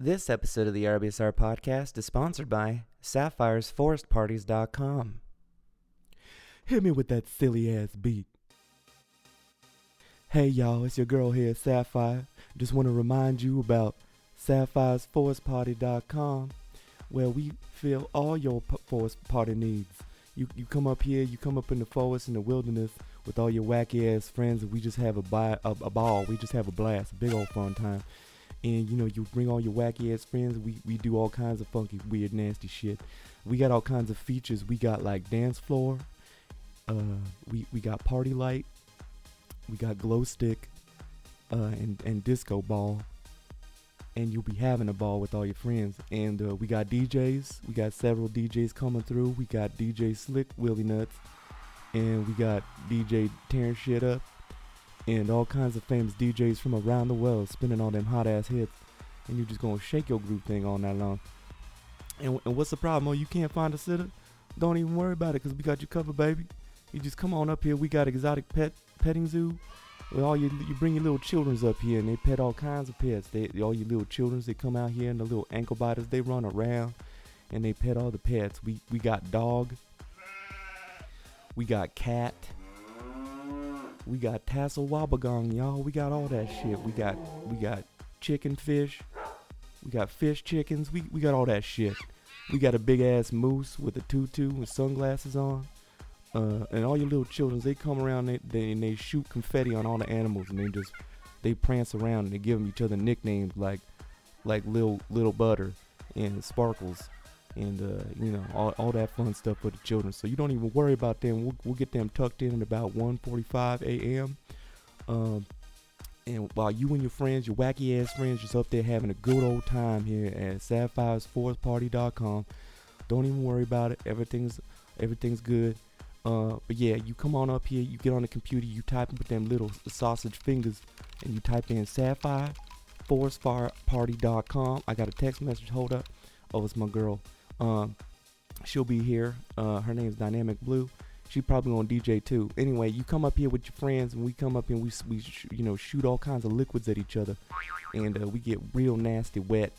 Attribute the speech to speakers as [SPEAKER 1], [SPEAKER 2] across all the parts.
[SPEAKER 1] This episode of the RBSR podcast is sponsored by SapphiresForestParties.com. Hit me with that silly ass beat. Hey y'all, it's your girl here, Sapphire. Just want to remind you about SapphiresForestParty.com, where we fill all your p- forest party needs. You, you come up here, you come up in the forest, in the wilderness with all your wacky ass friends, and we just have a, bi- a, a ball. We just have a blast, a big old fun time and you know you bring all your wacky ass friends we we do all kinds of funky weird nasty shit we got all kinds of features we got like dance floor uh we we got party light we got glow stick uh and and disco ball and you'll be having a ball with all your friends and uh, we got djs we got several djs coming through we got dj slick willie nuts and we got dj tearing shit up and all kinds of famous DJs from around the world spinning all them hot ass hits, and you just gonna shake your group thing all night long. And, and what's the problem? Oh, you can't find a sitter? Don't even worry about it, cause we got you covered, baby. You just come on up here. We got exotic pet petting zoo. With all you, you bring your little childrens up here, and they pet all kinds of pets. They all your little childrens, they come out here, and the little ankle biters, they run around, and they pet all the pets. We we got dog. We got cat. We got tassel wobbegong, y'all. We got all that shit. We got we got chicken fish. We got fish chickens. We we got all that shit. We got a big ass moose with a tutu and sunglasses on. Uh, and all your little children, they come around they, they, and they shoot confetti on all the animals and they just they prance around and they give 'em each other nicknames like like little little butter and sparkles and uh, you know all, all that fun stuff for the children. So you don't even worry about them. We'll, we'll get them tucked in at about 1:45 a.m. Um, and while you and your friends, your wacky ass friends, just up there having a good old time here at SapphiresForestParty.com. Don't even worry about it. Everything's everything's good. Uh, but yeah, you come on up here. You get on the computer. You type in with them little sausage fingers, and you type in SapphireForestParty.com. I got a text message. Hold up. Oh, it's my girl. Um, she'll be here. Uh, her name's Dynamic Blue. She probably on DJ too. Anyway, you come up here with your friends, and we come up and we s- we sh- you know shoot all kinds of liquids at each other, and uh, we get real nasty wet,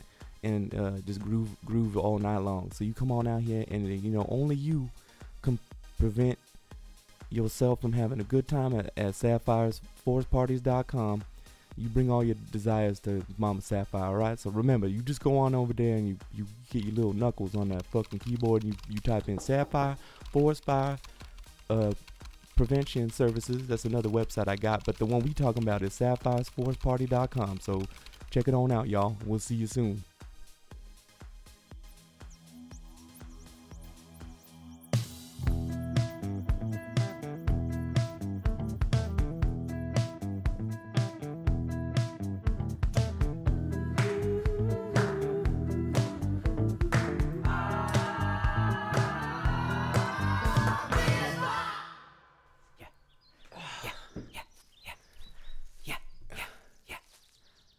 [SPEAKER 1] and uh, just groove groove all night long. So you come on out here, and uh, you know only you can prevent yourself from having a good time at, at SapphiresForestParties.com. You bring all your desires to Mama Sapphire, all right? So remember, you just go on over there and you, you get your little knuckles on that fucking keyboard and you, you type in Sapphire, Forest Fire, uh, Prevention Services. That's another website I got, but the one we talking about is SapphireSportsParty.com. So check it on out, y'all. We'll see you soon.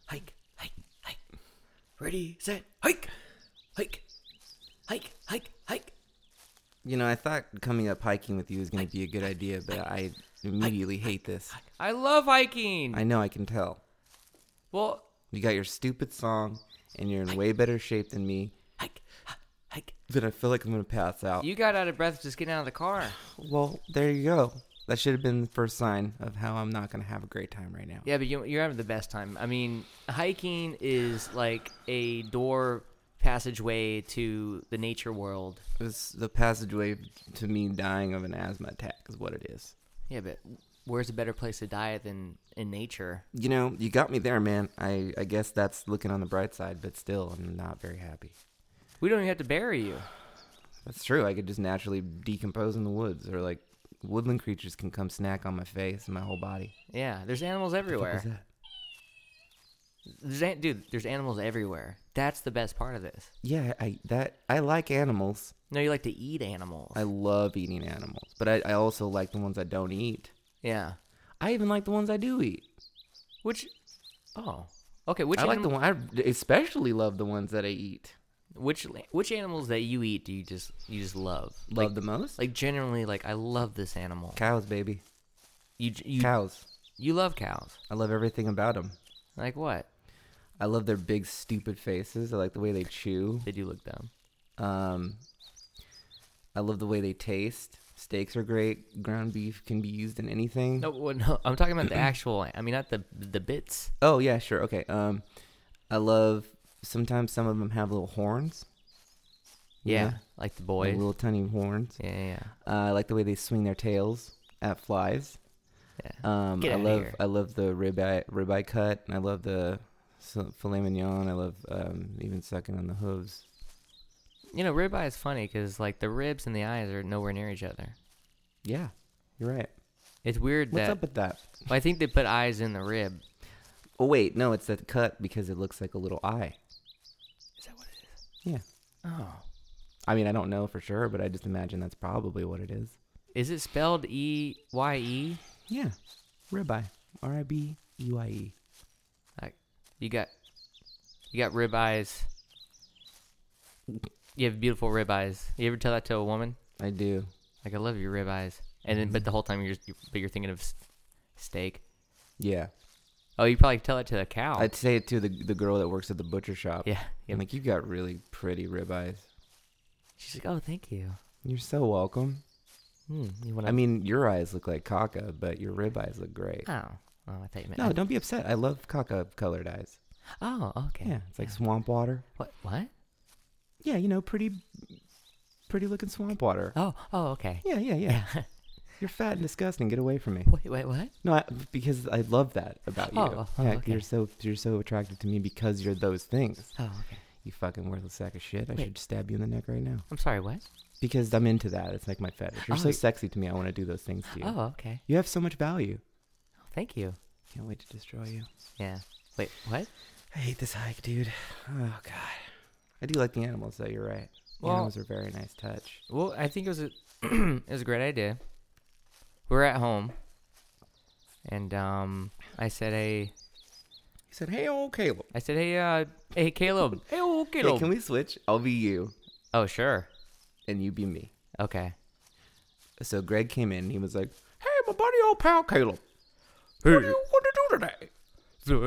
[SPEAKER 2] Hike, hike, hike. Ready, set, hike, hike, hike, hike, hike.
[SPEAKER 1] You know, I thought coming up hiking with you was going to be a good idea, but I immediately hate this.
[SPEAKER 3] I love hiking.
[SPEAKER 1] I know, I can tell.
[SPEAKER 3] well,
[SPEAKER 1] You got your stupid song, and you're in way better shape than me.
[SPEAKER 2] Hike, ha- hike.
[SPEAKER 1] Then I feel like I'm going to pass out.
[SPEAKER 3] you got out of breath just getting out of the car.
[SPEAKER 1] Well, there you go. That should have been the first sign of how I'm not going to have a great time right now.
[SPEAKER 3] Yeah, but you, you're having the best time. I mean, hiking is like a door passageway to the nature world.
[SPEAKER 1] It was the passageway to me dying of an asthma attack is what it is.
[SPEAKER 3] Yeah, but where's a better place to die than in nature?
[SPEAKER 1] You know, you got me there, man. I, I guess that's looking on the bright side, but still, I'm not very happy.
[SPEAKER 3] We don't even have to bury you.
[SPEAKER 1] That's true. I could just naturally decompose in the woods, or like woodland creatures can come snack on my face and my whole body.
[SPEAKER 3] Yeah, there's animals everywhere.
[SPEAKER 1] What was that?
[SPEAKER 3] There's an- dude, there's animals everywhere. That's the best part of this.
[SPEAKER 1] Yeah, I that I like animals.
[SPEAKER 3] No, you like to eat animals.
[SPEAKER 1] I love eating animals, but I, I also like the ones I don't eat.
[SPEAKER 3] yeah.
[SPEAKER 1] I even like the ones I do eat.
[SPEAKER 3] Which? Oh, okay. Which
[SPEAKER 1] I like the
[SPEAKER 3] anim-
[SPEAKER 1] one. I especially love the ones that I eat.
[SPEAKER 3] which which animals that you eat do you just you just love?
[SPEAKER 1] Love the most.
[SPEAKER 3] Like generally, like I love this animal.
[SPEAKER 1] cows, baby.
[SPEAKER 3] You you
[SPEAKER 1] cows.
[SPEAKER 3] you love cows.
[SPEAKER 1] I love everything about them.
[SPEAKER 3] Like what?
[SPEAKER 4] I love their big stupid faces. I like the way they chew.
[SPEAKER 3] They do look dumb.
[SPEAKER 4] Um, I love the way they taste. Steaks are great. Ground beef can be used in anything.
[SPEAKER 3] No, well, no, I'm talking about the actual. I mean, not the the bits.
[SPEAKER 4] Oh yeah, sure. Okay. Um, I love. Sometimes some of them have little horns. you
[SPEAKER 3] Yeah,
[SPEAKER 4] know, like
[SPEAKER 3] like the boys.
[SPEAKER 4] little tiny horns.
[SPEAKER 3] yeah, yeah,
[SPEAKER 4] Uh, I like the way they swing their tails at flies.
[SPEAKER 3] yeah.
[SPEAKER 4] Um,
[SPEAKER 3] Get
[SPEAKER 4] I
[SPEAKER 3] outta
[SPEAKER 4] love
[SPEAKER 3] here.
[SPEAKER 4] I love the ribeye ribeye cut, and I love the s- filet mignon. I love um, even sucking on the hooves.
[SPEAKER 3] you know, ribeye is funny because like the ribs and the eyes are nowhere near each other.
[SPEAKER 4] Yeah, you're right.
[SPEAKER 3] It's weird
[SPEAKER 4] What's
[SPEAKER 3] that
[SPEAKER 4] up with that?
[SPEAKER 3] well, I think they put eyes in the rib.
[SPEAKER 4] Oh wait, no, it's that cut because it looks like a little eye.
[SPEAKER 3] Is that what it is?
[SPEAKER 4] Yeah.
[SPEAKER 3] Oh.
[SPEAKER 4] I mean, I don't know for sure, but I just imagine that's probably what it is.
[SPEAKER 3] Is it spelled E Y E?
[SPEAKER 4] Yeah, ribeye, R I B E Y E.
[SPEAKER 3] You got you got rib eyes. You have beautiful rib eyes. You ever tell that to a woman?
[SPEAKER 4] I do.
[SPEAKER 3] Like I love your rib eyes. And then but the whole time you're just, but you're thinking of s- steak.
[SPEAKER 4] Yeah,
[SPEAKER 3] Oh, you probably tell it to a cow.
[SPEAKER 4] I'd say it to the the girl that works at the butcher shop.
[SPEAKER 3] yeah. yeah.
[SPEAKER 4] I'm like, you got really pretty ribeyes.
[SPEAKER 3] She's like, "Oh, thank you."
[SPEAKER 4] You're so welcome.
[SPEAKER 3] Hmm, you want
[SPEAKER 4] I mean, your eyes look like caca, but your ribeyes look great.
[SPEAKER 3] Oh. Oh, I thought you meant
[SPEAKER 4] No, don't be upset. I love caca colored eyes.
[SPEAKER 3] Oh, okay.
[SPEAKER 4] Yeah, it's like swamp water.
[SPEAKER 3] What? What?
[SPEAKER 4] Yeah, you know, pretty, pretty looking swamp water.
[SPEAKER 3] Oh, oh, okay.
[SPEAKER 4] Yeah, yeah, yeah. You're fat and disgusting. Get away from me.
[SPEAKER 3] Wait, wait, what?
[SPEAKER 4] No, I, because I love that about you.
[SPEAKER 3] Oh, oh,
[SPEAKER 4] yeah,
[SPEAKER 3] okay.
[SPEAKER 4] you're so you're so attracted to me because you're those things.
[SPEAKER 3] Oh, okay.
[SPEAKER 4] You fucking worthless sack of shit. I
[SPEAKER 3] Wait.
[SPEAKER 4] should stab you in the neck right now.
[SPEAKER 3] I'm sorry. What?
[SPEAKER 4] Because I'm into that. It's like my fetish. You're
[SPEAKER 3] Oh,
[SPEAKER 4] so
[SPEAKER 3] you-
[SPEAKER 4] sexy to me. I want to do those things to you.
[SPEAKER 3] Oh, okay.
[SPEAKER 4] You have so much value.
[SPEAKER 3] Thank you.
[SPEAKER 4] Can't wait to destroy you.
[SPEAKER 3] Yeah. Wait, what?
[SPEAKER 4] I hate this hike, dude. Oh god. I do like the animals though, you're right. The
[SPEAKER 3] Well-
[SPEAKER 4] animals are a very nice touch.
[SPEAKER 3] Well, I think it was a it was a great idea. We were at home, and um, I said, "Hey,
[SPEAKER 4] He said, Hey old Caleb.
[SPEAKER 3] I said, hey, uh, hey, Caleb, hey, old
[SPEAKER 4] Hey,
[SPEAKER 3] Caleb."
[SPEAKER 4] can we switch? I'll be you
[SPEAKER 3] Oh, sure.
[SPEAKER 4] and you be me.
[SPEAKER 3] Okay.
[SPEAKER 4] So Greg came in and he was like, Hey my buddy old pal Caleb. What do you want to do today?
[SPEAKER 5] So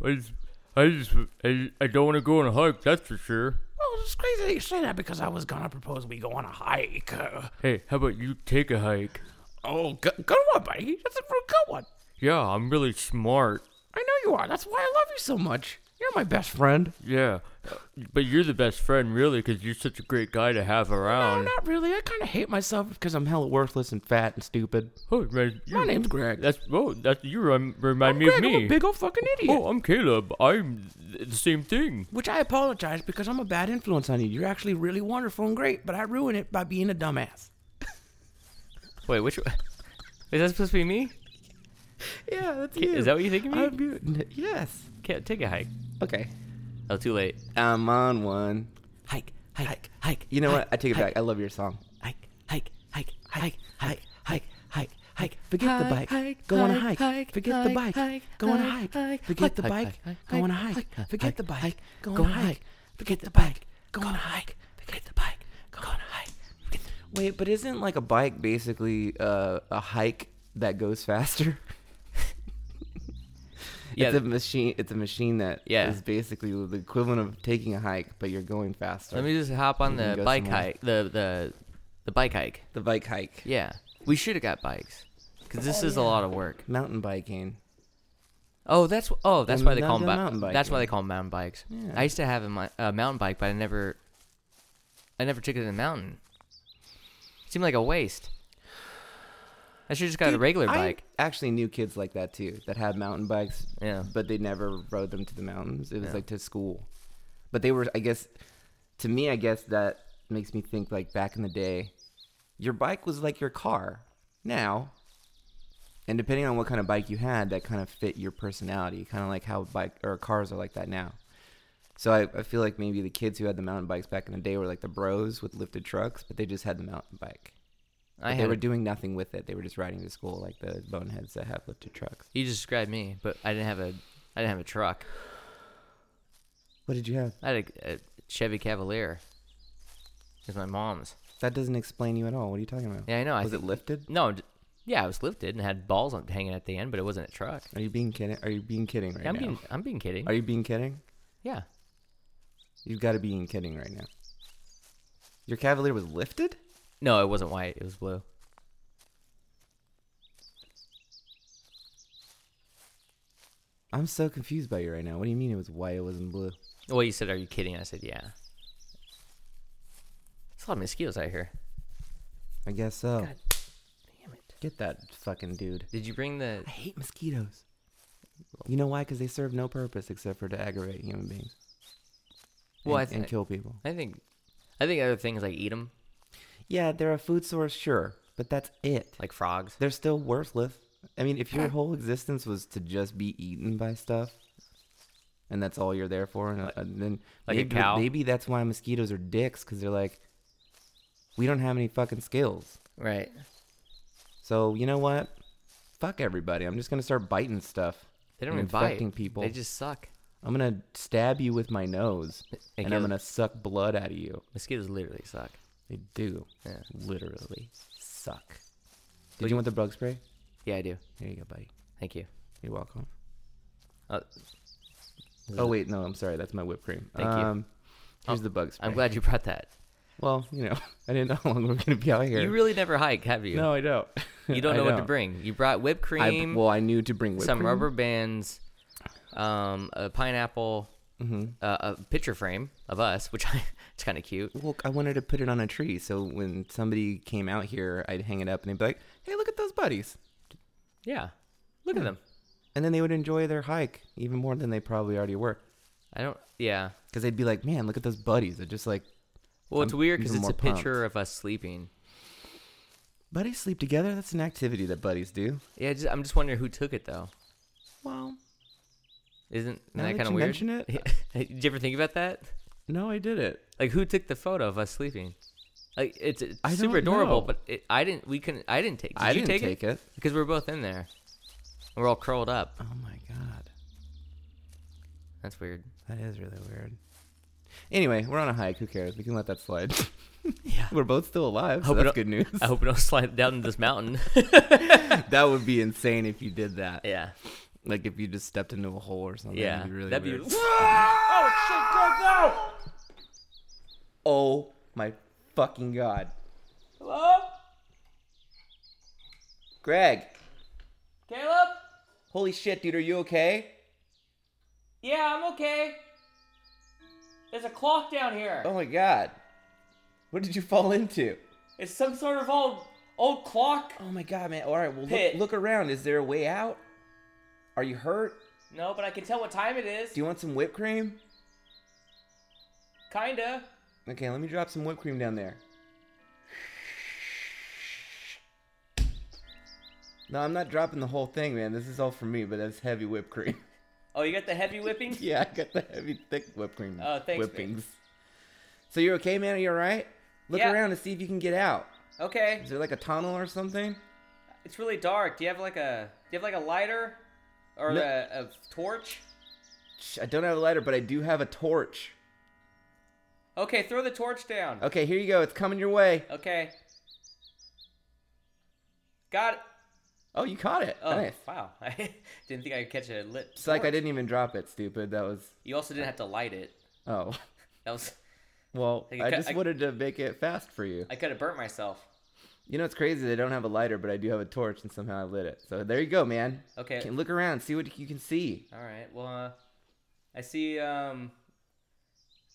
[SPEAKER 5] I, I, just- I just, I, I don't want to go on a hike. That's for sure.
[SPEAKER 2] Well, Oh, it's crazy that you say that because I was gonna propose we go on a hike. Uh,
[SPEAKER 5] Hey, how about you take a hike?
[SPEAKER 2] oh, good, good one, buddy. That's a real good one.
[SPEAKER 5] Yeah, I'm really smart.
[SPEAKER 2] I know you are. That's why I love you so much. You're my best friend.
[SPEAKER 5] Yeah, but you're the best friend, really, because you're such a great guy to have
[SPEAKER 2] No,
[SPEAKER 5] around.
[SPEAKER 2] not really. I kind of hate myself.
[SPEAKER 4] Because I'm hella worthless and fat and stupid.
[SPEAKER 5] Oh, man, you,
[SPEAKER 2] My name's Greg.
[SPEAKER 5] That's oh, that's you rem- remind me
[SPEAKER 2] Oh, Greg,
[SPEAKER 5] of
[SPEAKER 2] I'm
[SPEAKER 5] me.
[SPEAKER 2] a big old fucking idiot.
[SPEAKER 5] oh, I'm Caleb. I'm th- the same thing.
[SPEAKER 2] Which I apologize because I'm a bad influence on you. You're actually really wonderful and great, but I ruin it by being a dumbass.
[SPEAKER 3] Wait, which is that supposed to be me?
[SPEAKER 4] Yeah, that's
[SPEAKER 3] Ca-
[SPEAKER 4] you.
[SPEAKER 3] Is that what you think of me?
[SPEAKER 4] I'm you. N- Yes.
[SPEAKER 3] Ca- take a hike.
[SPEAKER 4] Okay.
[SPEAKER 3] Oh, too late.
[SPEAKER 4] I'm on one.
[SPEAKER 2] Hike, hike, hike, hike.
[SPEAKER 4] You know what? I take it back. I love your song.
[SPEAKER 2] Hike, hike, hike, hike, hike, hike, hike, hike. Forget the bike. Go on a hike. Forget the bike. Go on a hike. Forget the bike. Go on a hike. Forget the bike. Go on a hike. Forget the bike. Go on a hike. Forget the bike. Go on a hike. Forget the-
[SPEAKER 4] Wait, but isn't like a bike basically uh, a hike that goes faster?
[SPEAKER 3] Yeah.
[SPEAKER 4] It's a machine. It's a machine that is
[SPEAKER 3] Yeah.
[SPEAKER 4] basically the equivalent of taking a hike, but you're going faster.
[SPEAKER 3] Let me just hop on
[SPEAKER 4] We can
[SPEAKER 3] the
[SPEAKER 4] go
[SPEAKER 3] bike
[SPEAKER 4] somewhere.
[SPEAKER 3] hike. The the the bike hike.
[SPEAKER 4] the bike Oh, hike,
[SPEAKER 3] Yeah, we should have got bikes because this is a lot of work.
[SPEAKER 4] mountain biking.
[SPEAKER 3] Oh, that's oh, that's
[SPEAKER 4] They're
[SPEAKER 3] why they
[SPEAKER 4] mo-
[SPEAKER 3] call them
[SPEAKER 4] they're
[SPEAKER 3] bi-
[SPEAKER 4] mountain
[SPEAKER 3] That's why they
[SPEAKER 4] biking.
[SPEAKER 3] call 'em mountain bikes.
[SPEAKER 4] Yeah.
[SPEAKER 3] I used to have a, mi- a mountain bike, but I never, I never took it to the mountain. seemed like a waste. I should just got a
[SPEAKER 4] Dude,
[SPEAKER 3] regular
[SPEAKER 4] I
[SPEAKER 3] bike.
[SPEAKER 4] Actually, knew kids like that too that had mountain bikes,
[SPEAKER 3] Yeah.
[SPEAKER 4] but they never rode them to the mountains. It was
[SPEAKER 3] Yeah.
[SPEAKER 4] like to school, but they were. I guess to me, I guess that makes me think like back in the day, your bike was like your car. Now, and depending on what kind of bike you had, that kind of fit your personality, kind of like how bike or cars are like that now. So I, I feel like maybe the kids who had the mountain bikes back in the day were like the bros with lifted trucks, but they just had the mountain bike.
[SPEAKER 3] I
[SPEAKER 4] But they
[SPEAKER 3] had.
[SPEAKER 4] were
[SPEAKER 3] a-
[SPEAKER 4] doing nothing with it. They were just riding to school like the boneheads that have lifted trucks.
[SPEAKER 3] you just described me, but I didn't have a, I didn't have a truck.
[SPEAKER 4] What did you have?
[SPEAKER 3] I had a, a Chevy Cavalier. It's my mom's.
[SPEAKER 4] That doesn't explain you at all. What are you talking about?
[SPEAKER 3] Yeah, I know. I
[SPEAKER 4] Was
[SPEAKER 3] th-
[SPEAKER 4] it lifted?
[SPEAKER 3] no, d- Yeah, it was lifted and had balls on, hanging at the end, but it wasn't a truck.
[SPEAKER 4] Are you being kidding? Are you being kidding right
[SPEAKER 3] I'm
[SPEAKER 4] now?
[SPEAKER 3] being, I'm being kidding.
[SPEAKER 4] Are you being kidding?
[SPEAKER 3] yeah,
[SPEAKER 4] You've got to be being kidding right now. Your Cavalier was lifted?
[SPEAKER 3] no, it wasn't white. It was blue.
[SPEAKER 4] I'm so confused by you right now. What do you mean it was white? It wasn't blue.
[SPEAKER 3] Well, you said, "Are you kidding?" I said, "Yeah." There's a lot of mosquitoes out here.
[SPEAKER 4] I guess so.
[SPEAKER 3] God damn it!
[SPEAKER 4] Get that fucking dude.
[SPEAKER 3] Did you bring the?
[SPEAKER 4] I hate mosquitoes. You know why? Because they serve no purpose except for to aggravate human beings
[SPEAKER 3] Well, I
[SPEAKER 4] and, and
[SPEAKER 3] think-
[SPEAKER 4] kill people.
[SPEAKER 3] I think, I think other things like eat them,
[SPEAKER 4] Yeah, they're a food source, sure, but that's it.
[SPEAKER 3] like frogs.
[SPEAKER 4] They're still worthless. I mean, if your whole existence was to just be eaten by stuff, and that's all you're there for, and, and then
[SPEAKER 3] like a
[SPEAKER 4] maybe,
[SPEAKER 3] cow?
[SPEAKER 4] maybe that's why mosquitoes are dicks because they're like, we don't have any fucking skills.
[SPEAKER 3] Right.
[SPEAKER 4] So you know what? Fuck everybody. I'm just gonna start biting stuff.
[SPEAKER 3] They don't
[SPEAKER 4] and
[SPEAKER 3] even bite.
[SPEAKER 4] infecting people.
[SPEAKER 3] They just suck.
[SPEAKER 4] I'm gonna stab you with my nose,
[SPEAKER 3] It
[SPEAKER 4] and I'm
[SPEAKER 3] goes-
[SPEAKER 4] gonna suck blood out of you.
[SPEAKER 3] Mosquitoes literally suck.
[SPEAKER 4] They do
[SPEAKER 3] Yeah.
[SPEAKER 4] literally suck. Did
[SPEAKER 3] But
[SPEAKER 4] you want the bug spray?
[SPEAKER 3] Yeah, I do.
[SPEAKER 4] Here you go, buddy.
[SPEAKER 3] Thank you.
[SPEAKER 4] You're welcome.
[SPEAKER 3] Uh,
[SPEAKER 4] Oh wait, no, I'm sorry. That's my whipped cream.
[SPEAKER 3] Thank you.
[SPEAKER 4] um, Here's
[SPEAKER 3] Oh,
[SPEAKER 4] the bug spray.
[SPEAKER 3] I'm glad you brought that.
[SPEAKER 4] Well, you know, I didn't know how long we were gonna be out here.
[SPEAKER 3] You really never hike, have you?
[SPEAKER 4] no, I don't.
[SPEAKER 3] You don't
[SPEAKER 4] I
[SPEAKER 3] know what to bring. You brought whipped
[SPEAKER 4] I-
[SPEAKER 3] cream,
[SPEAKER 4] well, I knew to bring whipped
[SPEAKER 3] some
[SPEAKER 4] cream.
[SPEAKER 3] rubber bands, um, a pineapple,
[SPEAKER 4] Mm-hmm.
[SPEAKER 3] uh, a picture frame of us, which I, it's kind of cute.
[SPEAKER 4] Well, I wanted to put it on a tree, so when somebody came out here, I'd hang it up, and they'd be like, "Hey, look at those buddies,"
[SPEAKER 3] Yeah. Look at them.
[SPEAKER 4] and then they would enjoy their hike even more than they probably already were,
[SPEAKER 3] I don't. Yeah.
[SPEAKER 4] because they'd be like, "Man, look at those buddies." They're just like,
[SPEAKER 3] Well, it's
[SPEAKER 4] I'm
[SPEAKER 3] weird because
[SPEAKER 4] even
[SPEAKER 3] it's
[SPEAKER 4] more
[SPEAKER 3] a picture of us sleeping.
[SPEAKER 4] "Buddies sleep together. That's an activity that buddies do."
[SPEAKER 3] Yeah, just, I'm just wondering who took it though.
[SPEAKER 4] Well,
[SPEAKER 3] Isn't, isn't
[SPEAKER 4] Now
[SPEAKER 3] that
[SPEAKER 4] that
[SPEAKER 3] kind of
[SPEAKER 4] you
[SPEAKER 3] weird?
[SPEAKER 4] mention it-
[SPEAKER 3] Did you ever think about that?
[SPEAKER 4] no, I did it.
[SPEAKER 3] Like, who took the photo of us sleeping? Like, it's, it's
[SPEAKER 4] I
[SPEAKER 3] super
[SPEAKER 4] don't
[SPEAKER 3] adorable,
[SPEAKER 4] know.
[SPEAKER 3] but it, I didn't. We couldn't. I didn't take. Did
[SPEAKER 4] I
[SPEAKER 3] you
[SPEAKER 4] didn't
[SPEAKER 3] take,
[SPEAKER 4] take
[SPEAKER 3] it?
[SPEAKER 4] it.
[SPEAKER 3] because we were both in there. And we're all curled up.
[SPEAKER 4] Oh my god.
[SPEAKER 3] That's weird.
[SPEAKER 4] That is really weird. Anyway, we're on a hike. Who cares? We can let that slide.
[SPEAKER 3] Yeah.
[SPEAKER 4] we're both still alive,
[SPEAKER 3] Hope it
[SPEAKER 4] so that's
[SPEAKER 3] don't-
[SPEAKER 4] good news.
[SPEAKER 3] I hope it don't slide down this mountain.
[SPEAKER 4] that would be insane if you did that.
[SPEAKER 3] yeah.
[SPEAKER 4] Like if you just stepped into a hole or something.
[SPEAKER 3] Yeah.
[SPEAKER 4] That'd be really
[SPEAKER 3] That'd
[SPEAKER 4] weird.
[SPEAKER 3] be.
[SPEAKER 4] oh my fucking god.
[SPEAKER 3] Hello,
[SPEAKER 4] Greg,
[SPEAKER 3] Caleb.
[SPEAKER 4] holy shit, dude, are you okay?
[SPEAKER 3] Yeah, I'm okay. There's a clock down here.
[SPEAKER 4] Oh my god. What did you fall into?
[SPEAKER 3] It's some sort of old old clock.
[SPEAKER 4] Oh my god, man. All right, well, look,
[SPEAKER 3] Pit.
[SPEAKER 4] look around. Is there a way out? Are you hurt?
[SPEAKER 3] No, but I can tell what time it is.
[SPEAKER 4] Do you want some whipped cream?
[SPEAKER 3] Kinda.
[SPEAKER 4] Okay, let me drop some whipped cream down there. No, I'm not dropping the whole thing, man. This is all for me, but that's heavy whipped cream.
[SPEAKER 3] Oh, you got the heavy whipping?
[SPEAKER 4] yeah, I got the heavy, thick whipped cream.
[SPEAKER 3] Oh, thanks, man.
[SPEAKER 4] Whippings. So you're okay, man? Are you alright? Look
[SPEAKER 3] Yeah.
[SPEAKER 4] around to see if you can get out.
[SPEAKER 3] Okay.
[SPEAKER 4] Is there like a tunnel or something?
[SPEAKER 3] It's really dark. Do you have like a do you have like a lighter or
[SPEAKER 4] No.
[SPEAKER 3] a, a torch?
[SPEAKER 4] Shh, I don't have a lighter, but I do have a torch.
[SPEAKER 3] Okay, throw the torch down.
[SPEAKER 4] Okay, here you go. It's coming your way.
[SPEAKER 3] Okay. Got it.
[SPEAKER 4] Oh, you caught it.
[SPEAKER 3] Oh,
[SPEAKER 4] nice.
[SPEAKER 3] wow. I didn't think I could catch a lit.
[SPEAKER 4] It's like I
[SPEAKER 3] torch.
[SPEAKER 4] didn't even drop it, stupid. That was.
[SPEAKER 3] You also didn't have to light it.
[SPEAKER 4] Oh.
[SPEAKER 3] That was
[SPEAKER 4] Well,
[SPEAKER 3] I
[SPEAKER 4] I
[SPEAKER 3] ca-
[SPEAKER 4] just
[SPEAKER 3] I-
[SPEAKER 4] wanted to make it fast for you.
[SPEAKER 3] I could have burnt myself.
[SPEAKER 4] You know, it's crazy. They don't have a lighter, but I do have a torch, and somehow I lit it. So there you go, man.
[SPEAKER 3] Okay.
[SPEAKER 4] Can look around, see what you can see.
[SPEAKER 3] All right. Well, uh, I see. Um,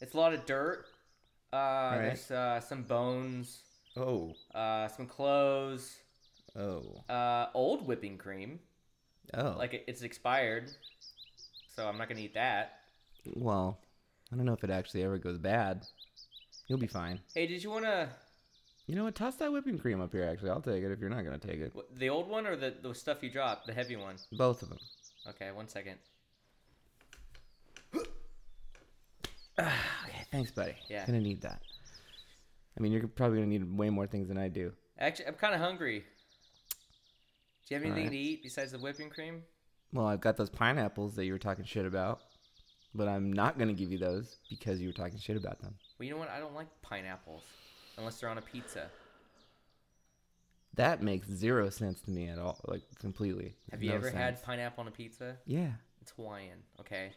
[SPEAKER 3] it's a lot of dirt. Uh, There's uh, some bones,
[SPEAKER 4] Oh,
[SPEAKER 3] uh, some clothes,
[SPEAKER 4] oh,
[SPEAKER 3] uh, old whipping cream.
[SPEAKER 4] oh.
[SPEAKER 3] Like it, it's expired, so I'm not gonna eat that.
[SPEAKER 4] well, I don't know if it actually ever goes bad. You'll be fine.
[SPEAKER 3] Hey, did you wanna
[SPEAKER 4] You know what? Toss that whipping cream up here. Actually, I'll take it if you're not gonna take it.
[SPEAKER 3] wh- the old one or the the stuff you dropped, the heavy one?
[SPEAKER 4] Both of them.
[SPEAKER 3] Okay, one second.
[SPEAKER 4] Okay, thanks, buddy.
[SPEAKER 3] Yeah.
[SPEAKER 4] Gonna need that. I mean, you're probably gonna need way more things than I do.
[SPEAKER 3] Actually, I'm kind of hungry. Do you have
[SPEAKER 4] All
[SPEAKER 3] anything
[SPEAKER 4] right.
[SPEAKER 3] to eat besides the whipping cream?
[SPEAKER 4] Well, I've got those pineapples that you were talking shit about, but I'm not gonna give you those because you were talking shit about them.
[SPEAKER 3] Well, you know what? I don't like pineapples unless they're on a pizza.
[SPEAKER 4] That makes zero sense to me at all. Like completely.
[SPEAKER 3] Have you
[SPEAKER 4] No
[SPEAKER 3] ever had
[SPEAKER 4] sense.
[SPEAKER 3] pineapple on a pizza?
[SPEAKER 4] Yeah.
[SPEAKER 3] It's Hawaiian, okay?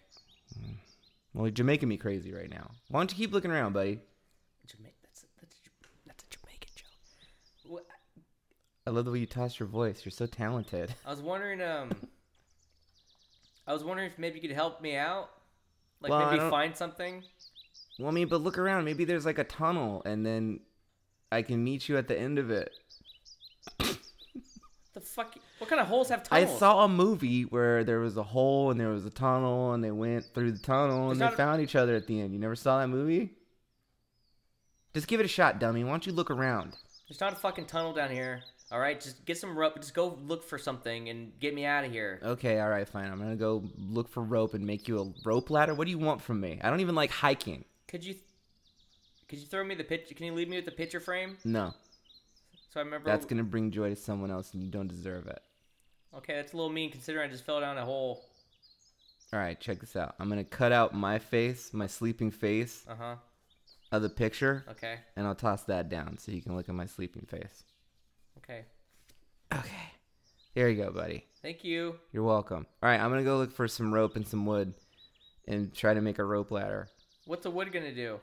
[SPEAKER 4] Well, you're making me crazy right now. Why don't you keep looking around, buddy?
[SPEAKER 3] Jamaica. That's that's a, Jama- that's a Jamaican joke. Wha-
[SPEAKER 4] I love the way you toss your voice. You're so talented.
[SPEAKER 3] I was wondering, um, I was wondering if maybe you could help me out, like
[SPEAKER 4] Well, I
[SPEAKER 3] maybe
[SPEAKER 4] don't-
[SPEAKER 3] find something.
[SPEAKER 4] Well, I mean, but look around. Maybe there's like a tunnel, and then I can meet you at the end of it.
[SPEAKER 3] The fuck? What kind of holes have
[SPEAKER 4] I
[SPEAKER 3] tunnels?
[SPEAKER 4] saw a movie where there was a hole and there was a tunnel, and they went through the tunnel
[SPEAKER 3] There's
[SPEAKER 4] and they
[SPEAKER 3] not a-
[SPEAKER 4] found each other at the end. You never saw that movie? Just give it a shot, dummy. Why don't you look around?
[SPEAKER 3] There's not a fucking tunnel down here. All right, just get some rope. Just go look for something and get me out of here.
[SPEAKER 4] Okay, all right, fine. I'm gonna go look for rope and make you a rope ladder. What do you want from me? I don't even like hiking.
[SPEAKER 3] Could you? Could you throw me the picture? Can you leave me with the picture frame
[SPEAKER 4] No,
[SPEAKER 3] so I remember?
[SPEAKER 4] that's gonna bring joy to someone else, and you don't deserve it.
[SPEAKER 3] Okay, that's a little mean considering I just fell down a hole.
[SPEAKER 4] All right, check this out. I'm gonna cut out my face, my sleeping face,
[SPEAKER 3] Uh huh.
[SPEAKER 4] of the picture,
[SPEAKER 3] Okay.
[SPEAKER 4] and I'll toss that down so you can look at my sleeping face.
[SPEAKER 3] Okay.
[SPEAKER 4] Okay. Here you go, buddy.
[SPEAKER 3] Thank you.
[SPEAKER 4] You're welcome. All right, I'm gonna go look for some rope and some wood, and try to make a rope ladder.
[SPEAKER 3] What's the wood gonna do?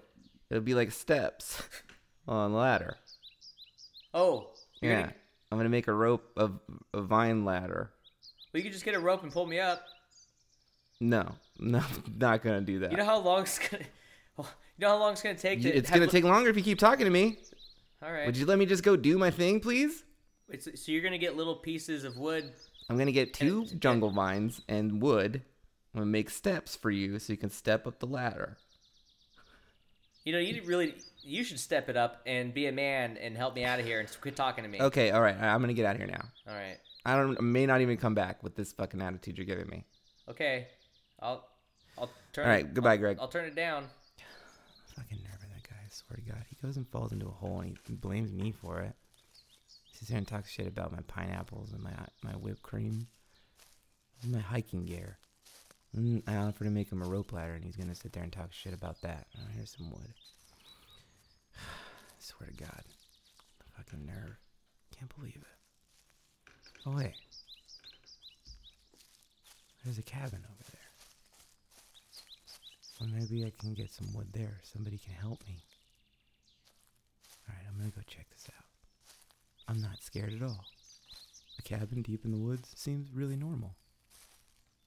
[SPEAKER 4] It'll be like steps on a ladder.
[SPEAKER 3] Oh, you're
[SPEAKER 4] Yeah.
[SPEAKER 3] gonna,
[SPEAKER 4] I'm gonna make a rope of a vine ladder.
[SPEAKER 3] well, you could just get a rope and pull me up.
[SPEAKER 4] No, no, not gonna do that.
[SPEAKER 3] You know how long it's gonna. Well, you know how long it's gonna take
[SPEAKER 4] You-
[SPEAKER 3] to.
[SPEAKER 4] it's
[SPEAKER 3] have
[SPEAKER 4] gonna
[SPEAKER 3] li-
[SPEAKER 4] take longer if you keep talking to me.
[SPEAKER 3] All right.
[SPEAKER 4] Would you let me just go do my thing, please?
[SPEAKER 3] It's, so you're gonna get little pieces of wood.
[SPEAKER 4] I'm gonna get two jungle vines and wood. I'm gonna make steps for you so you can step up the ladder.
[SPEAKER 3] You know, you didn't really. You should step it up and be a man and help me out of here and quit talking to me.
[SPEAKER 4] Okay, all right, all right, I'm gonna get out of here now.
[SPEAKER 3] All right.
[SPEAKER 4] I don't I may not even come back with this fucking attitude you're giving me.
[SPEAKER 3] Okay. I'll. I'll turn.
[SPEAKER 4] All right, goodbye, Greg.
[SPEAKER 3] I'll, I'll turn it down.
[SPEAKER 4] Fucking nerving that guy. I swear to God, he goes and falls into a hole and he blames me for it. He sits there and talks shit about my pineapples and my my whipped cream, and my hiking gear. And I offer to make him a rope ladder, and he's gonna sit there and talk shit about that. Oh, here's some wood. swear to God, the fucking nerve. Can't believe it. Oh wait, there's a cabin over there. Well, maybe I can get some wood there. Somebody can help me. All right, I'm gonna go check this out. I'm not scared at all. A cabin deep in the woods seems really normal.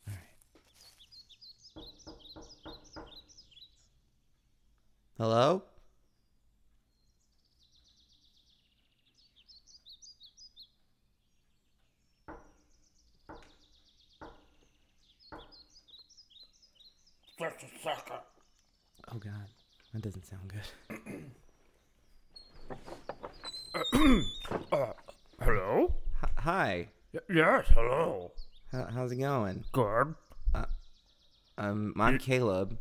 [SPEAKER 4] All right. Hello? Oh God, that doesn't sound good.
[SPEAKER 5] Hello?
[SPEAKER 4] H- hi.
[SPEAKER 5] Y- yes, hello.
[SPEAKER 4] H- how's it going?
[SPEAKER 5] Good.
[SPEAKER 4] Um, I'm Caleb.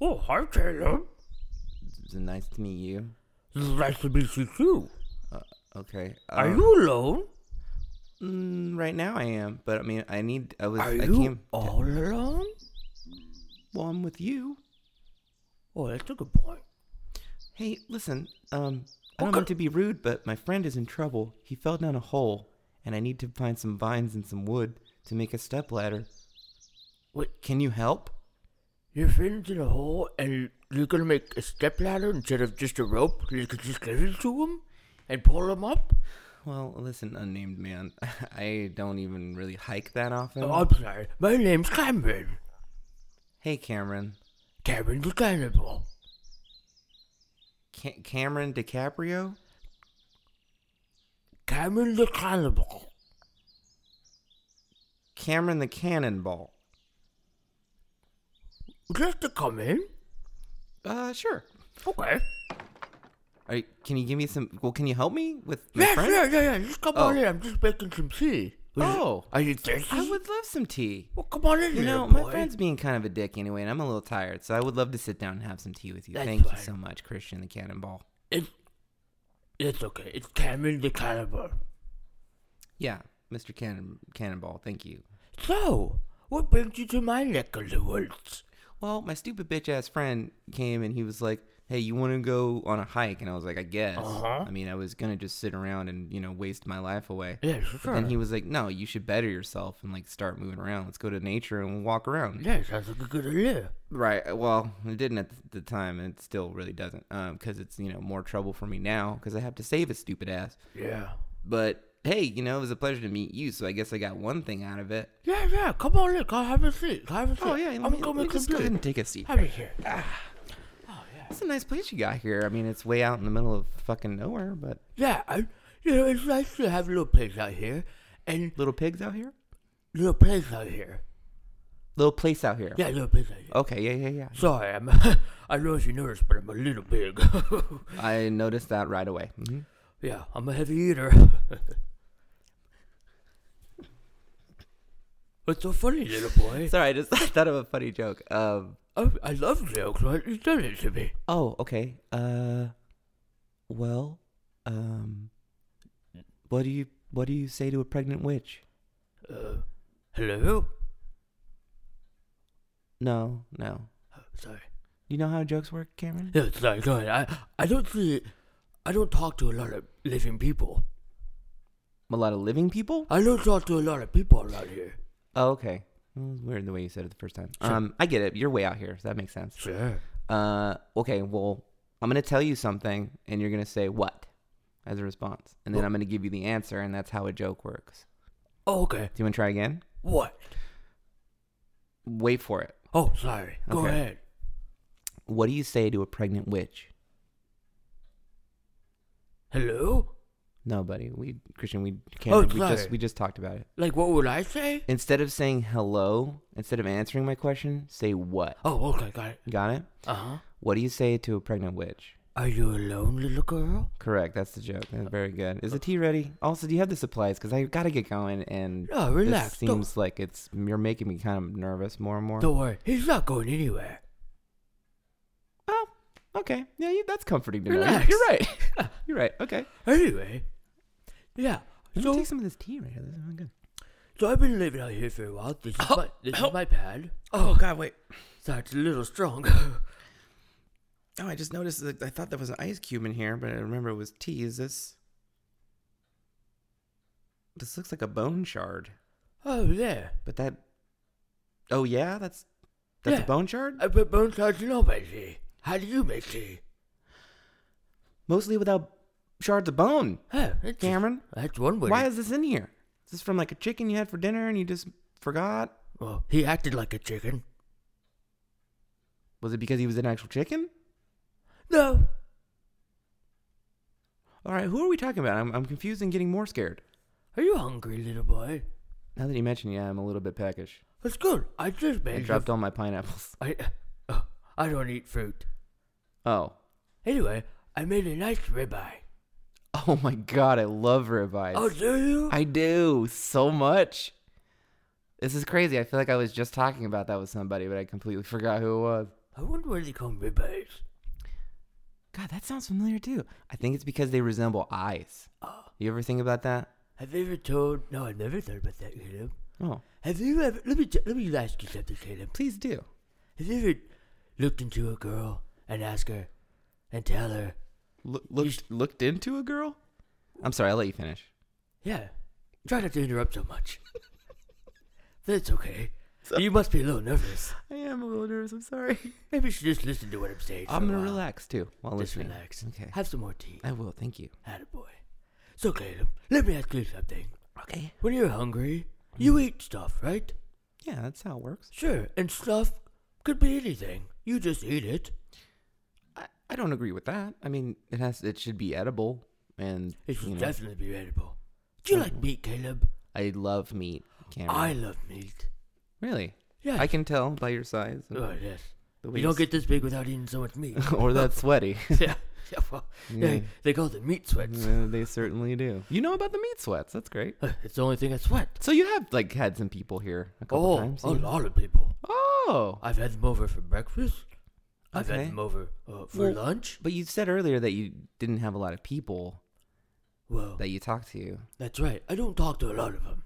[SPEAKER 5] Oh, hi, Caleb.
[SPEAKER 4] It's nice to meet you.
[SPEAKER 5] Nice to meet you too.
[SPEAKER 4] Okay.
[SPEAKER 5] Are
[SPEAKER 4] um,
[SPEAKER 5] you alone?
[SPEAKER 4] Mm, right now I am, but I mean, I need. I was.
[SPEAKER 5] Are
[SPEAKER 4] I
[SPEAKER 5] you
[SPEAKER 4] came.
[SPEAKER 5] all alone?
[SPEAKER 4] Well, I'm with you.
[SPEAKER 5] Oh, that's a good point.
[SPEAKER 4] Hey, listen. Um, I don't
[SPEAKER 5] Okay.
[SPEAKER 4] mean to be rude, but my friend is in trouble. He fell down a hole, and I need to find some vines and some wood to make a step ladder. What? Can you help?
[SPEAKER 5] You fell into the hole and you're gonna make a step ladder instead of just a rope. You could just give it to him and pull him up.
[SPEAKER 4] Well, listen, unnamed man. I don't even really hike that often.
[SPEAKER 5] Oh, I'm sorry. My name's Cameron.
[SPEAKER 4] Hey, Cameron.
[SPEAKER 5] Cameron the Cannibal.
[SPEAKER 4] Ca- Cameron DiCaprio.
[SPEAKER 5] Cameron the Cannibal.
[SPEAKER 4] Cameron the Cannonball.
[SPEAKER 5] Would you like to come in?
[SPEAKER 4] Uh, sure.
[SPEAKER 5] Okay.
[SPEAKER 4] Are you, can you give me some? Well, can you help me with my
[SPEAKER 5] Yes,
[SPEAKER 4] friend?
[SPEAKER 5] yeah, yeah, yeah. Just come on
[SPEAKER 4] Oh.
[SPEAKER 5] in. I'm just making some tea. Would you-
[SPEAKER 4] Oh.
[SPEAKER 5] Are you thirsty?
[SPEAKER 4] I would love some tea.
[SPEAKER 5] Well, come on in
[SPEAKER 4] You
[SPEAKER 5] here,
[SPEAKER 4] know,
[SPEAKER 5] boy.
[SPEAKER 4] my friend's being kind of a dick anyway, and I'm a little tired, so I would love to sit down and have some tea with you.
[SPEAKER 5] That's
[SPEAKER 4] Thank
[SPEAKER 5] fine.
[SPEAKER 4] you so much, Christian the Cannonball.
[SPEAKER 5] It's, it's okay. It's Cameron the Cannibal.
[SPEAKER 4] Yeah, Mr. Cannon, Cannonball, thank you.
[SPEAKER 5] So, what brings you to my neck of the woods?
[SPEAKER 4] Well, my stupid bitch ass friend came and he was like, "Hey, you want to go on a hike?" And I was like, "I guess."
[SPEAKER 5] Uh-huh.
[SPEAKER 4] I mean, I was gonna just sit around and you know waste my life away.
[SPEAKER 5] Yeah,
[SPEAKER 4] But
[SPEAKER 5] sure.
[SPEAKER 4] then he was like, "No, you should better yourself and like start moving around. Let's go to nature and walk around."
[SPEAKER 5] yeah, sounds like a good idea.
[SPEAKER 4] Right. uh, Well, it didn't at the time, and it still really doesn't, because it's you know more trouble for me now because I have to save his stupid ass.
[SPEAKER 5] Yeah.
[SPEAKER 4] But hey, you know it was a pleasure to meet you, so I guess I got one thing out of it.
[SPEAKER 5] Yeah, yeah. Come on in. Come have a seat. Come have a seat.
[SPEAKER 4] Oh yeah, let
[SPEAKER 5] I'm
[SPEAKER 4] me- let me
[SPEAKER 5] coming
[SPEAKER 4] just go ahead
[SPEAKER 5] computer.
[SPEAKER 4] and take a seat.
[SPEAKER 5] Have it here.
[SPEAKER 4] It's a nice place you got here. I mean, it's way out in the middle of fucking nowhere, but
[SPEAKER 5] Yeah, I, you know, it's nice to have little place out here. And
[SPEAKER 4] little pigs out here,
[SPEAKER 5] little place out here.
[SPEAKER 4] little place out here.
[SPEAKER 5] Yeah, little place out here.
[SPEAKER 4] Okay. Yeah. Yeah. Yeah.
[SPEAKER 5] Sorry, I'm. I know if you noticed, but I'm a little big.
[SPEAKER 4] I noticed that right away. hmm
[SPEAKER 5] yeah, I'm a heavy eater. What's so funny, little boy?
[SPEAKER 4] Sorry, I just thought of a funny joke. Um.
[SPEAKER 5] I, I love jokes. Why don't you tell it to me?
[SPEAKER 4] Oh. Okay. Uh. Well. Um. What do you What do you say to a pregnant witch?
[SPEAKER 5] Uh, hello?
[SPEAKER 4] No. No.
[SPEAKER 5] Oh, sorry.
[SPEAKER 4] You know how jokes work, Cameron?
[SPEAKER 5] No, sorry, go ahead. I, I don't see. I don't talk to a lot of living people.
[SPEAKER 4] A lot of living people.
[SPEAKER 5] I don't talk to a lot of people around here.
[SPEAKER 4] Oh, okay. Well, it's weird the way you said it the first time.
[SPEAKER 5] Sure.
[SPEAKER 4] Um. I get it. You're way out here. So that makes sense.
[SPEAKER 5] Sure.
[SPEAKER 4] uh, okay, well, I'm going to tell you something, and you're going to say what as a response. And then I'm going to give you the answer, and that's how a joke works.
[SPEAKER 5] Oh, okay.
[SPEAKER 4] Do you want to try again?
[SPEAKER 5] What?
[SPEAKER 4] Wait for it.
[SPEAKER 5] Oh, sorry. Go
[SPEAKER 4] Okay.
[SPEAKER 5] ahead.
[SPEAKER 4] What do you say to a pregnant witch?
[SPEAKER 5] Hello?
[SPEAKER 4] No, buddy. We Christian, we can't. we
[SPEAKER 5] sorry.
[SPEAKER 4] just we just talked about it.
[SPEAKER 5] Like, what would I say?
[SPEAKER 4] Instead of saying hello, instead of answering my question, say what.
[SPEAKER 5] Oh, okay, got it.
[SPEAKER 4] Got it?
[SPEAKER 5] Uh huh.
[SPEAKER 4] What do you say to a pregnant witch?
[SPEAKER 5] Are you alone, little girl?
[SPEAKER 4] Correct. That's the joke. That's very good. Is the tea ready? Also, do you have the supplies? Because I gotta get going. And
[SPEAKER 5] No,
[SPEAKER 4] this
[SPEAKER 5] relax. Don't-
[SPEAKER 4] seems like it's you're making me kind of nervous more and more.
[SPEAKER 5] Don't worry, he's not going anywhere.
[SPEAKER 4] Oh, okay. Yeah, you, that's comforting to know.
[SPEAKER 5] Relax.
[SPEAKER 4] You're right. You're right. Okay.
[SPEAKER 5] Anyway, yeah.
[SPEAKER 4] Let me
[SPEAKER 5] So,
[SPEAKER 4] take some of this tea right here. This is not good.
[SPEAKER 5] so I've been living out here for a while. This is my this is my pad.
[SPEAKER 2] Oh God, wait.
[SPEAKER 5] Sorry, it's a little strong.
[SPEAKER 2] Oh, I just noticed that I thought there was an ice cube in here, but I remember it was tea. Is this?
[SPEAKER 4] This looks like a bone shard,
[SPEAKER 5] oh yeah.
[SPEAKER 4] but that. Oh yeah, that's that's
[SPEAKER 5] Yeah.
[SPEAKER 4] a bone shard.
[SPEAKER 5] I put bone shards in all my tea. eh? How do you make tea?
[SPEAKER 4] Mostly without shards of bone.
[SPEAKER 5] Huh, that's,
[SPEAKER 4] Cameron,
[SPEAKER 5] that's one way.
[SPEAKER 4] why
[SPEAKER 5] to-
[SPEAKER 4] is this in here? Is this from like a chicken you had for dinner and you just forgot?
[SPEAKER 5] well, he acted like a chicken.
[SPEAKER 4] Was it because he was an actual chicken?
[SPEAKER 5] No,
[SPEAKER 4] All right, who are we talking about? I'm, I'm confused and getting more scared.
[SPEAKER 5] are you hungry, little boy?
[SPEAKER 4] Now that you mention, yeah, I'm a little bit peckish.
[SPEAKER 5] That's good. I just
[SPEAKER 4] I
[SPEAKER 5] made.
[SPEAKER 4] dropped all my pineapples.
[SPEAKER 5] I, uh, I don't eat fruit.
[SPEAKER 4] Oh,
[SPEAKER 5] Anyway, I made a nice ribeye.
[SPEAKER 4] oh my god, I love ribeyes.
[SPEAKER 5] Oh, do you?
[SPEAKER 4] I do so much. This is crazy. I feel like I was just talking about that with somebody, but I completely forgot who it was.
[SPEAKER 5] I wonder where they come ribeyes.
[SPEAKER 4] God, that sounds familiar too. I think it's because they resemble eyes. You ever think about that?
[SPEAKER 5] Ah, Have you ever told? No, I've never thought about that, Caleb.
[SPEAKER 4] Oh,
[SPEAKER 5] Have you ever? Let me t- let me ask you something, Caleb.
[SPEAKER 4] please do.
[SPEAKER 5] Have you ever looked into a girl and asked her and tell her,
[SPEAKER 4] Look, looked, looked into a girl? I'm sorry, I'll let you finish.
[SPEAKER 5] yeah, try not to interrupt so much. That's okay. You must be a little nervous.
[SPEAKER 4] I am a little nervous. I'm sorry.
[SPEAKER 5] Maybe you should just listen to what I'm saying. for
[SPEAKER 4] I'm
[SPEAKER 5] a
[SPEAKER 4] gonna
[SPEAKER 5] while.
[SPEAKER 4] relax too while
[SPEAKER 5] Just
[SPEAKER 4] listening.
[SPEAKER 5] relax.
[SPEAKER 4] Okay.
[SPEAKER 5] Have some more tea.
[SPEAKER 4] I will. Thank you.
[SPEAKER 5] Attaboy. So Caleb, let me ask you something.
[SPEAKER 4] Okay.
[SPEAKER 5] When you're hungry,
[SPEAKER 4] Mm-hmm.
[SPEAKER 5] you eat stuff, right?
[SPEAKER 4] Yeah, that's how it works.
[SPEAKER 5] Sure, and stuff could be anything. You just eat it.
[SPEAKER 4] I, I don't agree with that. I mean, it has it should be edible, and
[SPEAKER 5] It should
[SPEAKER 4] you know, Mm-hmm.
[SPEAKER 5] definitely be edible. Do you like meat, Caleb?
[SPEAKER 4] I love meat. Cameron.
[SPEAKER 5] I love meat.
[SPEAKER 4] Really?
[SPEAKER 5] Yeah.
[SPEAKER 4] I can tell by your size. and
[SPEAKER 5] Oh yes.
[SPEAKER 4] the
[SPEAKER 5] You don't
[SPEAKER 4] waist.
[SPEAKER 5] get this big without eating so much meat.
[SPEAKER 4] or that sweaty.
[SPEAKER 5] yeah. Yeah. Well, They,
[SPEAKER 4] Yeah.
[SPEAKER 5] they call it the meat sweats.
[SPEAKER 4] Yeah, they certainly do. You know about the meat sweats. That's great.
[SPEAKER 5] Uh, It's the only thing I sweat.
[SPEAKER 4] So you have like had some people here a couple
[SPEAKER 5] Oh,
[SPEAKER 4] times.
[SPEAKER 5] a
[SPEAKER 4] you know?
[SPEAKER 5] lot of people.
[SPEAKER 4] Oh.
[SPEAKER 5] I've had them over for breakfast. I've
[SPEAKER 4] Okay.
[SPEAKER 5] had them over uh, for
[SPEAKER 4] Well-
[SPEAKER 5] lunch.
[SPEAKER 4] But you said earlier that you didn't have a lot of people
[SPEAKER 5] Well,
[SPEAKER 4] that you talked to.
[SPEAKER 5] that's right. I don't talk to a lot of them.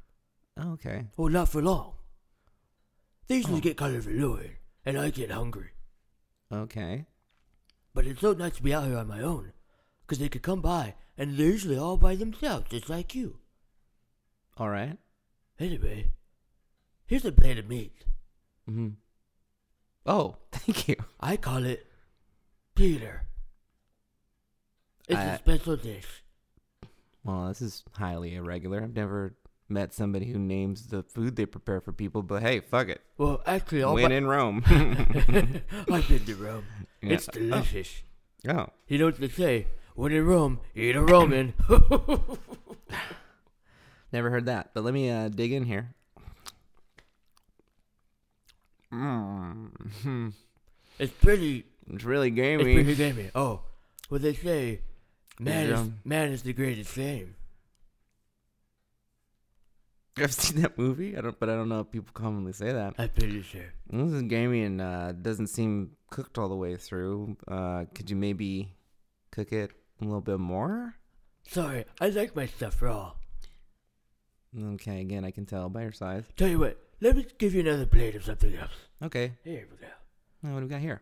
[SPEAKER 4] Oh, okay.
[SPEAKER 5] Well, not for long. They usually
[SPEAKER 4] Oh.
[SPEAKER 5] get kind of annoying, and I get hungry.
[SPEAKER 4] Okay.
[SPEAKER 5] But it's so nice to be out here on my own. Because they could come by, and they're usually all by themselves, just like you.
[SPEAKER 4] All right.
[SPEAKER 5] Anyway, here's a plate of meat.
[SPEAKER 4] Mm-hmm. Oh, thank you.
[SPEAKER 5] I call it Peter. It's a
[SPEAKER 4] I-
[SPEAKER 5] special dish.
[SPEAKER 4] Well, this is highly irregular. I've never met somebody who names the food they prepare for people, but hey, fuck it.
[SPEAKER 5] Well, actually, all
[SPEAKER 4] Win
[SPEAKER 5] my-
[SPEAKER 4] in Rome.
[SPEAKER 5] I've been to Rome.
[SPEAKER 4] Yeah.
[SPEAKER 5] It's delicious.
[SPEAKER 4] oh,
[SPEAKER 5] You know what they say? When in Rome, eat a Roman.
[SPEAKER 4] never heard that. But let me uh, dig in here. Mm.
[SPEAKER 5] it's pretty.
[SPEAKER 4] It's really
[SPEAKER 5] It's
[SPEAKER 4] gamey.
[SPEAKER 5] pretty gamey. Oh, well, they say, man is
[SPEAKER 4] Rome.
[SPEAKER 5] man is the greatest fame.
[SPEAKER 4] I've seen that movie. I don't, but I don't know if people commonly say that.
[SPEAKER 5] I'm pretty sure.
[SPEAKER 4] This is gamey and uh, doesn't seem cooked all the way through. Uh, could you maybe cook it a little bit more?
[SPEAKER 5] Sorry, I like my stuff raw.
[SPEAKER 4] Okay, again, I can tell by your size.
[SPEAKER 5] Tell you what, let me give you another plate of something else.
[SPEAKER 4] Okay,
[SPEAKER 5] Here we go.
[SPEAKER 4] now what do we got here?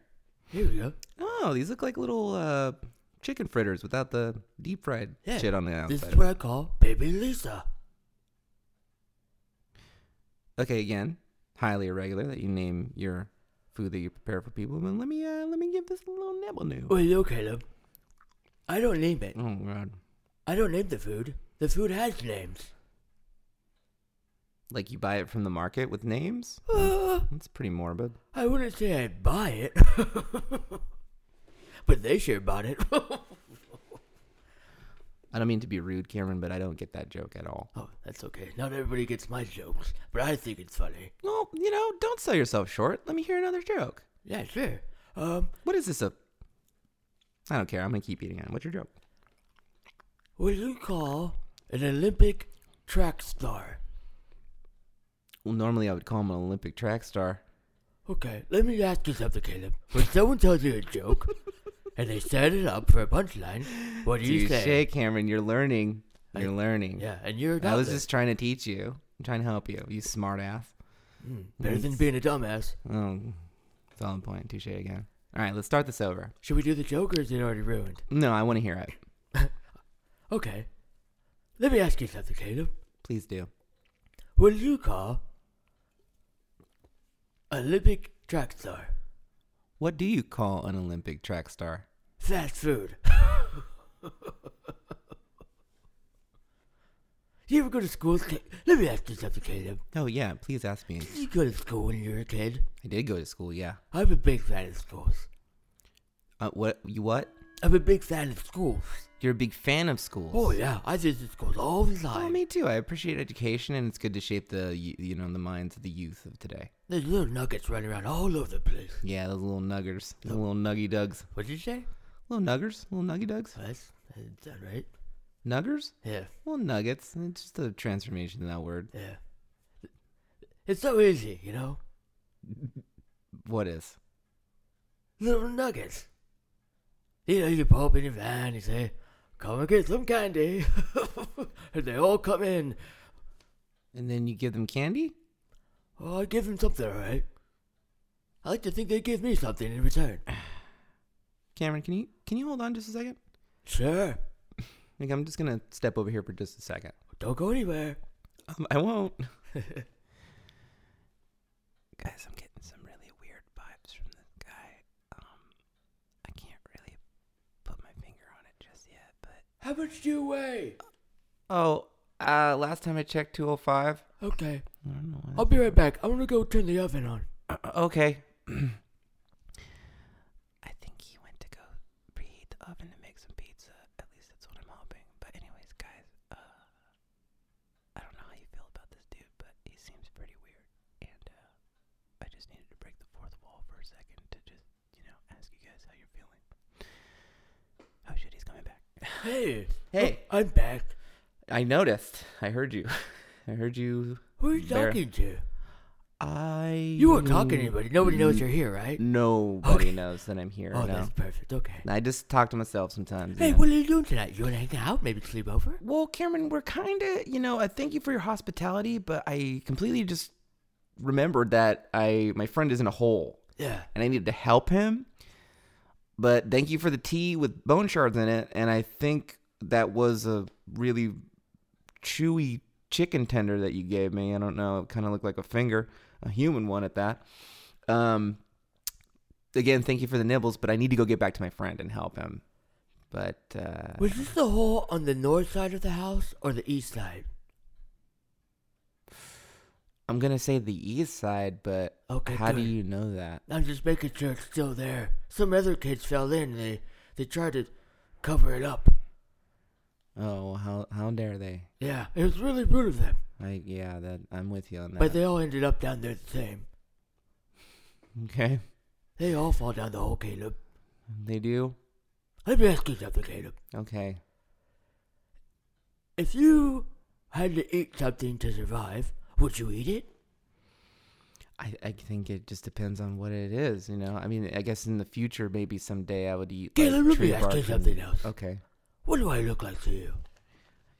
[SPEAKER 5] Here we go.
[SPEAKER 4] Oh, these look like little uh, chicken fritters without the deep fried
[SPEAKER 5] Yeah,
[SPEAKER 4] shit on the outside.
[SPEAKER 5] This is what I call Baby Lisa.
[SPEAKER 4] okay, again, highly irregular that you name your food that you prepare for people. But let me uh, let me give this a little nibble new.
[SPEAKER 5] Well, you know, Caleb, I don't name it.
[SPEAKER 4] Oh god,
[SPEAKER 5] I don't name the food. The food has names.
[SPEAKER 4] like you buy it from the market with names?
[SPEAKER 5] Uh,
[SPEAKER 4] That's pretty morbid.
[SPEAKER 5] I wouldn't say I'd buy it, but they sure bought it.
[SPEAKER 4] I don't mean to be rude, Cameron, but I don't get that joke at all.
[SPEAKER 5] oh, that's okay. Not everybody gets my jokes, but I think it's funny.
[SPEAKER 4] Well, you know, don't sell yourself short. Let me hear another joke.
[SPEAKER 5] Yeah, sure. Um,
[SPEAKER 4] What is this? A I don't care. I'm gonna keep eating it. What's your joke?
[SPEAKER 5] what do you call an Olympic track star?
[SPEAKER 4] Well, normally I would call him an Olympic track star.
[SPEAKER 5] Okay, let me ask you something, Caleb. When someone tells you a joke and they set it up for a punchline, what do you
[SPEAKER 4] Touche,
[SPEAKER 5] say?
[SPEAKER 4] Cameron. You're learning. You're learning.
[SPEAKER 5] Yeah, and you're a
[SPEAKER 4] I was
[SPEAKER 5] dumbass.
[SPEAKER 4] just trying to teach you. I'm trying to help you. You smart ass.
[SPEAKER 5] better than being a dumbass.
[SPEAKER 4] Oh, solid point. Touche again. All right, let's start this over.
[SPEAKER 5] Should we do the joke or is it already ruined?
[SPEAKER 4] No, I want to hear it.
[SPEAKER 5] Okay. Let me ask you something, Caleb.
[SPEAKER 4] Please do.
[SPEAKER 5] What do you call Olympic track star?
[SPEAKER 4] What do you call an Olympic track star?
[SPEAKER 5] Fast food. you ever go to school? Ca- Let me ask you something, Caleb.
[SPEAKER 4] Oh yeah, please ask me.
[SPEAKER 5] Did you go to school when you were a kid?
[SPEAKER 4] I did go to school. Yeah.
[SPEAKER 5] I'm a big fan of schools.
[SPEAKER 4] Uh, what? You what?
[SPEAKER 5] I'm a big fan of schools.
[SPEAKER 4] You're a big fan of schools.
[SPEAKER 5] Oh yeah, I visit schools all the
[SPEAKER 4] Well,
[SPEAKER 5] time.
[SPEAKER 4] me too. I appreciate education, and it's good to shape the y- you know the minds of the youth of today.
[SPEAKER 5] There's little nuggets running around all over the place.
[SPEAKER 4] Yeah, those little nuggers, those little nuggy dugs,
[SPEAKER 5] What'd you say?
[SPEAKER 4] little nuggers, little nuggy dugs,
[SPEAKER 5] That's that's that right.
[SPEAKER 4] nuggers,
[SPEAKER 5] Yeah,
[SPEAKER 4] little nuggets. It's just a transformation of that word.
[SPEAKER 5] yeah. It's so easy, you know.
[SPEAKER 4] What is?
[SPEAKER 5] Little nuggets. You know, you pull up in your van, you say, "Come and get some candy," and they all come in.
[SPEAKER 4] And then you give them candy.
[SPEAKER 5] Oh, I give them something, all right? I like to think they give me something in return.
[SPEAKER 4] Cameron, can you can you hold on just a second?
[SPEAKER 5] Sure.
[SPEAKER 4] Like I'm just gonna step over here for just a second.
[SPEAKER 5] Don't go anywhere.
[SPEAKER 4] Um, I won't. Guys, I'm getting some really weird vibes from this guy. Um, I can't really put my finger on it just yet, but.
[SPEAKER 5] How much do you weigh?
[SPEAKER 4] Oh, uh, last time I checked, 205.
[SPEAKER 5] Okay,
[SPEAKER 4] I don't know.
[SPEAKER 5] I'll be right back. I'm gonna go turn the oven on.
[SPEAKER 4] okay. I think he went to go preheat the oven to make some pizza. At least that's what I'm hoping. But anyways, guys, uh, I don't know how you feel about this dude, but he seems pretty weird. And uh, I just needed to break the fourth wall for a second to just, you know, ask you guys how you're feeling. Oh shit, he's coming back.
[SPEAKER 5] Hey.
[SPEAKER 4] Hey.
[SPEAKER 5] Look, I'm back.
[SPEAKER 4] I noticed. I heard you. I heard you.
[SPEAKER 5] Who are you
[SPEAKER 4] Bear.
[SPEAKER 5] talking to?
[SPEAKER 4] I.
[SPEAKER 5] You weren't talking to anybody. Nobody knows you're here, right?
[SPEAKER 4] Nobody
[SPEAKER 5] Okay.
[SPEAKER 4] knows that I'm here.
[SPEAKER 5] Oh,
[SPEAKER 4] no.
[SPEAKER 5] that's perfect. Okay.
[SPEAKER 4] I just talk to myself sometimes.
[SPEAKER 5] Hey,
[SPEAKER 4] you know.
[SPEAKER 5] what are you doing tonight? You wanna hang out? Maybe sleep over?
[SPEAKER 4] well, Cameron, we're kind of, you know, I thank you for your hospitality, but I completely just remembered that I my friend is in a hole
[SPEAKER 5] Yeah.
[SPEAKER 4] and I needed to help him. But thank you for the tea with bone shards in it. And I think that was a really chewy chicken tender that you gave me. I don't know. It kind of looked like a finger, a human one at that. Um, again, thank you for the nibbles, but I need to go get back to my friend and help him. But uh,
[SPEAKER 5] Was this the hole on the north side of the house or the east side?
[SPEAKER 4] I'm going to say the east side, but
[SPEAKER 5] Okay,
[SPEAKER 4] how do
[SPEAKER 5] good.
[SPEAKER 4] you know that?
[SPEAKER 5] I'm just making sure it's still there. Some other kids fell in. and They they tried to cover it up.
[SPEAKER 4] Oh, how how dare they?
[SPEAKER 5] Yeah, it was really rude of them.
[SPEAKER 4] Like, yeah, that I'm with you on that.
[SPEAKER 5] But they all ended up down there the same.
[SPEAKER 4] okay,
[SPEAKER 5] They all fall down the hole, Caleb.
[SPEAKER 4] they do.
[SPEAKER 5] Let me ask you something, Caleb.
[SPEAKER 4] Okay,
[SPEAKER 5] If you had to eat something to survive, would you eat it?
[SPEAKER 4] I I think it just depends on what it is, you know. I mean, I guess in the future, maybe someday I would eat. Like,
[SPEAKER 5] Caleb, let
[SPEAKER 4] tree
[SPEAKER 5] me ask you
[SPEAKER 4] bark and-
[SPEAKER 5] something else.
[SPEAKER 4] Okay,
[SPEAKER 5] What do I look like to you?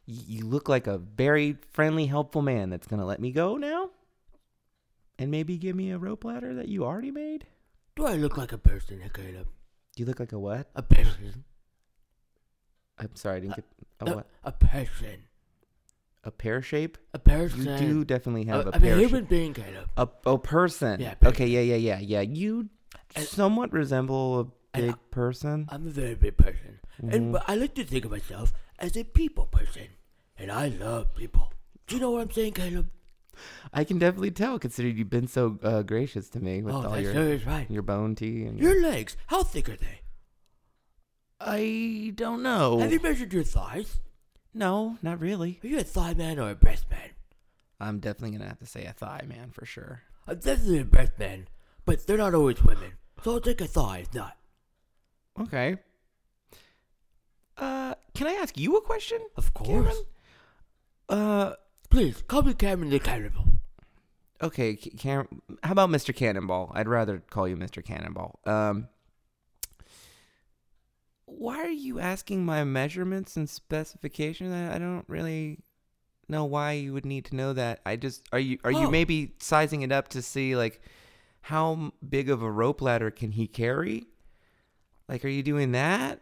[SPEAKER 4] Y- you look like a very friendly, helpful man that's gonna let me go now, and maybe give me a rope ladder that you already made.
[SPEAKER 5] Do I look like a person, eh, Caleb?
[SPEAKER 4] You look like a what?
[SPEAKER 5] A person.
[SPEAKER 4] I'm sorry, I
[SPEAKER 5] Uh,
[SPEAKER 4] didn't get a
[SPEAKER 5] A,
[SPEAKER 4] what?
[SPEAKER 5] a person.
[SPEAKER 4] A pear shape?
[SPEAKER 5] A person. Uh,
[SPEAKER 4] You do definitely
[SPEAKER 5] A,
[SPEAKER 4] have a,
[SPEAKER 5] a,
[SPEAKER 4] pear shape.
[SPEAKER 5] human being, Caleb.
[SPEAKER 4] A oh person.
[SPEAKER 5] Yeah,
[SPEAKER 4] Okay. Yeah. Yeah. Yeah. Yeah. You
[SPEAKER 5] And-
[SPEAKER 4] somewhat resemble a
[SPEAKER 5] and
[SPEAKER 4] big person.
[SPEAKER 5] I'm a very big person.
[SPEAKER 4] Mhm.
[SPEAKER 5] And but I like to think of myself as a people person. And I love people. Do you know what I'm saying, Caleb?
[SPEAKER 4] I can definitely tell, considering you've been so uh, gracious to me with
[SPEAKER 5] oh,
[SPEAKER 4] all
[SPEAKER 5] that
[SPEAKER 4] your
[SPEAKER 5] sure is right.
[SPEAKER 4] your bone tea and your.
[SPEAKER 5] Your legs, how thick are they?
[SPEAKER 4] I don't know.
[SPEAKER 5] Have you measured your thighs?
[SPEAKER 4] no, not really.
[SPEAKER 5] Are you a thigh man or a breast man?
[SPEAKER 4] I'm definitely gonna have to say a thigh man for sure.
[SPEAKER 5] I'm definitely a breast man, but they're not always women. So I'll take a thigh if not.
[SPEAKER 4] Okay. Uh, can I ask you a question?
[SPEAKER 5] Of course.
[SPEAKER 4] Cameron? Uh,
[SPEAKER 5] Please, call me Cameron the Cannibal.
[SPEAKER 4] okay, C- Cam- how about Mr. Cannonball? I'd rather call you Mr. Cannonball. Um, why are you asking my measurements and specifications? I, I don't really know why you would need to know that. I just are you are you
[SPEAKER 5] Oh.
[SPEAKER 4] maybe sizing it up to see like how m- big of a rope ladder can he carry? Like, are you doing that?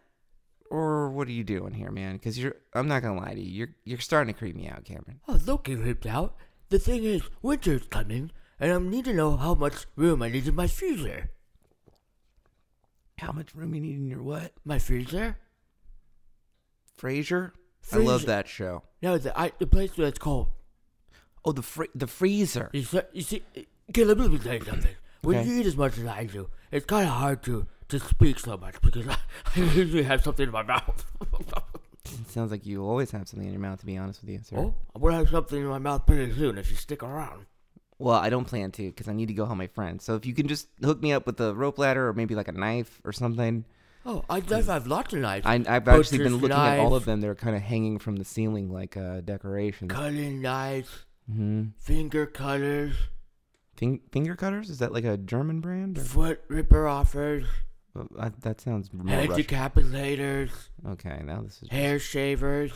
[SPEAKER 4] Or what are you doing here, man? Because you're—I'm not gonna lie to you. You're—you're are starting to creep me out, Cameron.
[SPEAKER 5] Oh, don't get ripped out. The thing is, winter's coming, and I need to know how much room I need in my freezer.
[SPEAKER 4] How much room you need in your what?
[SPEAKER 5] My freezer?
[SPEAKER 4] Frasier. I love
[SPEAKER 5] Frasier.
[SPEAKER 4] that show.
[SPEAKER 5] No, the, I, the place where it's cold.
[SPEAKER 4] Oh, the fr- the freezer.
[SPEAKER 5] You see, you see Caleb, let me tell you something. When
[SPEAKER 4] Okay.
[SPEAKER 5] you eat as much as I do, it's kind of hard to, to speak so much because I, I usually have something in my mouth.
[SPEAKER 4] It sounds like you always have something in your mouth. To be honest with you, sir.
[SPEAKER 5] oh, I'm going to have something in my mouth pretty soon if you stick around.
[SPEAKER 4] Well, I don't plan to because I need to go help my friend. So if you can just hook me up with a rope ladder or maybe like a knife or something.
[SPEAKER 5] Oh, I I have lots of knives.
[SPEAKER 4] Mm. I, I've
[SPEAKER 5] Butcher's
[SPEAKER 4] actually been looking at all
[SPEAKER 5] knife.
[SPEAKER 4] of them. They're kind of hanging from the ceiling like uh, decorations.
[SPEAKER 5] Cutting knives,
[SPEAKER 4] hmm
[SPEAKER 5] finger cutters,
[SPEAKER 4] Fing- finger cutters? Is that like a German brand? Or?
[SPEAKER 5] foot ripper offers,
[SPEAKER 4] Well, I, that sounds more
[SPEAKER 5] head
[SPEAKER 4] Russian.
[SPEAKER 5] decapitators,
[SPEAKER 4] Okay, now this is
[SPEAKER 5] hair shavers,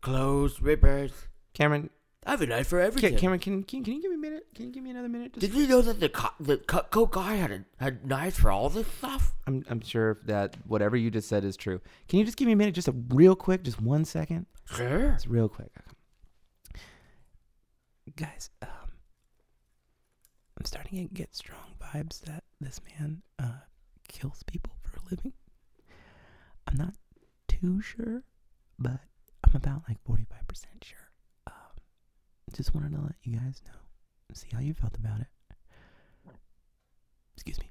[SPEAKER 5] clothes rippers.
[SPEAKER 4] Cameron.
[SPEAKER 5] I have a knife for
[SPEAKER 4] Ca-
[SPEAKER 5] everything.
[SPEAKER 4] Cameron, can, can can you give me a minute? Can you give me another minute? Just-
[SPEAKER 5] Did you know that the co- the Cutco guy had a, had knives for all this stuff?
[SPEAKER 4] I'm I'm sure that whatever you just said is true. Can you just give me a minute, just a real quick, just one second,
[SPEAKER 5] Sure.
[SPEAKER 4] just real quick, guys. Um, I'm starting to get strong vibes that this man uh kills people for a living. I'm not too sure, but I'm about like 45 percent sure. Um, just wanted to let you guys know, see how you felt about it. Excuse me.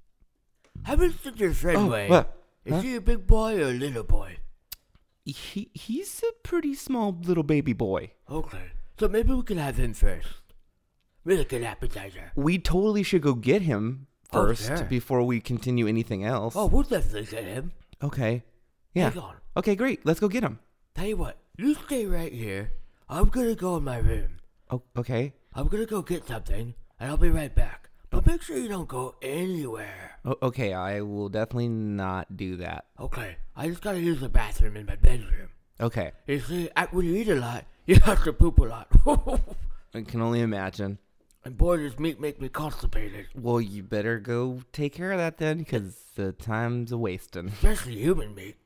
[SPEAKER 5] How much did your friend weigh? Is
[SPEAKER 4] Oh, Huh?
[SPEAKER 5] he a big boy or a little boy?
[SPEAKER 4] he he's a pretty small little baby boy.
[SPEAKER 5] Okay, so maybe we can have him first. With a good appetizer.
[SPEAKER 4] We totally should go get him
[SPEAKER 5] Oh,
[SPEAKER 4] first
[SPEAKER 5] sure.
[SPEAKER 4] before we continue anything else.
[SPEAKER 5] Oh, we'll definitely get him.
[SPEAKER 4] okay. Yeah.
[SPEAKER 5] Hang on.
[SPEAKER 4] Okay, great. Let's go get him.
[SPEAKER 5] Tell you what, you stay right here. I'm gonna go in my room.
[SPEAKER 4] Oh, okay.
[SPEAKER 5] I'm gonna go get something, and I'll be right back. But make sure you don't go anywhere.
[SPEAKER 4] O- okay, I will definitely not do that.
[SPEAKER 5] Okay, I just gotta use the bathroom in my bedroom.
[SPEAKER 4] Okay.
[SPEAKER 5] You see, I- when you eat a lot, you have to poop a lot.
[SPEAKER 4] I can only imagine.
[SPEAKER 5] And boy, does meat make me constipated.
[SPEAKER 4] Well, you better go take care of that then, because the time's a wasting.
[SPEAKER 5] Especially human meat.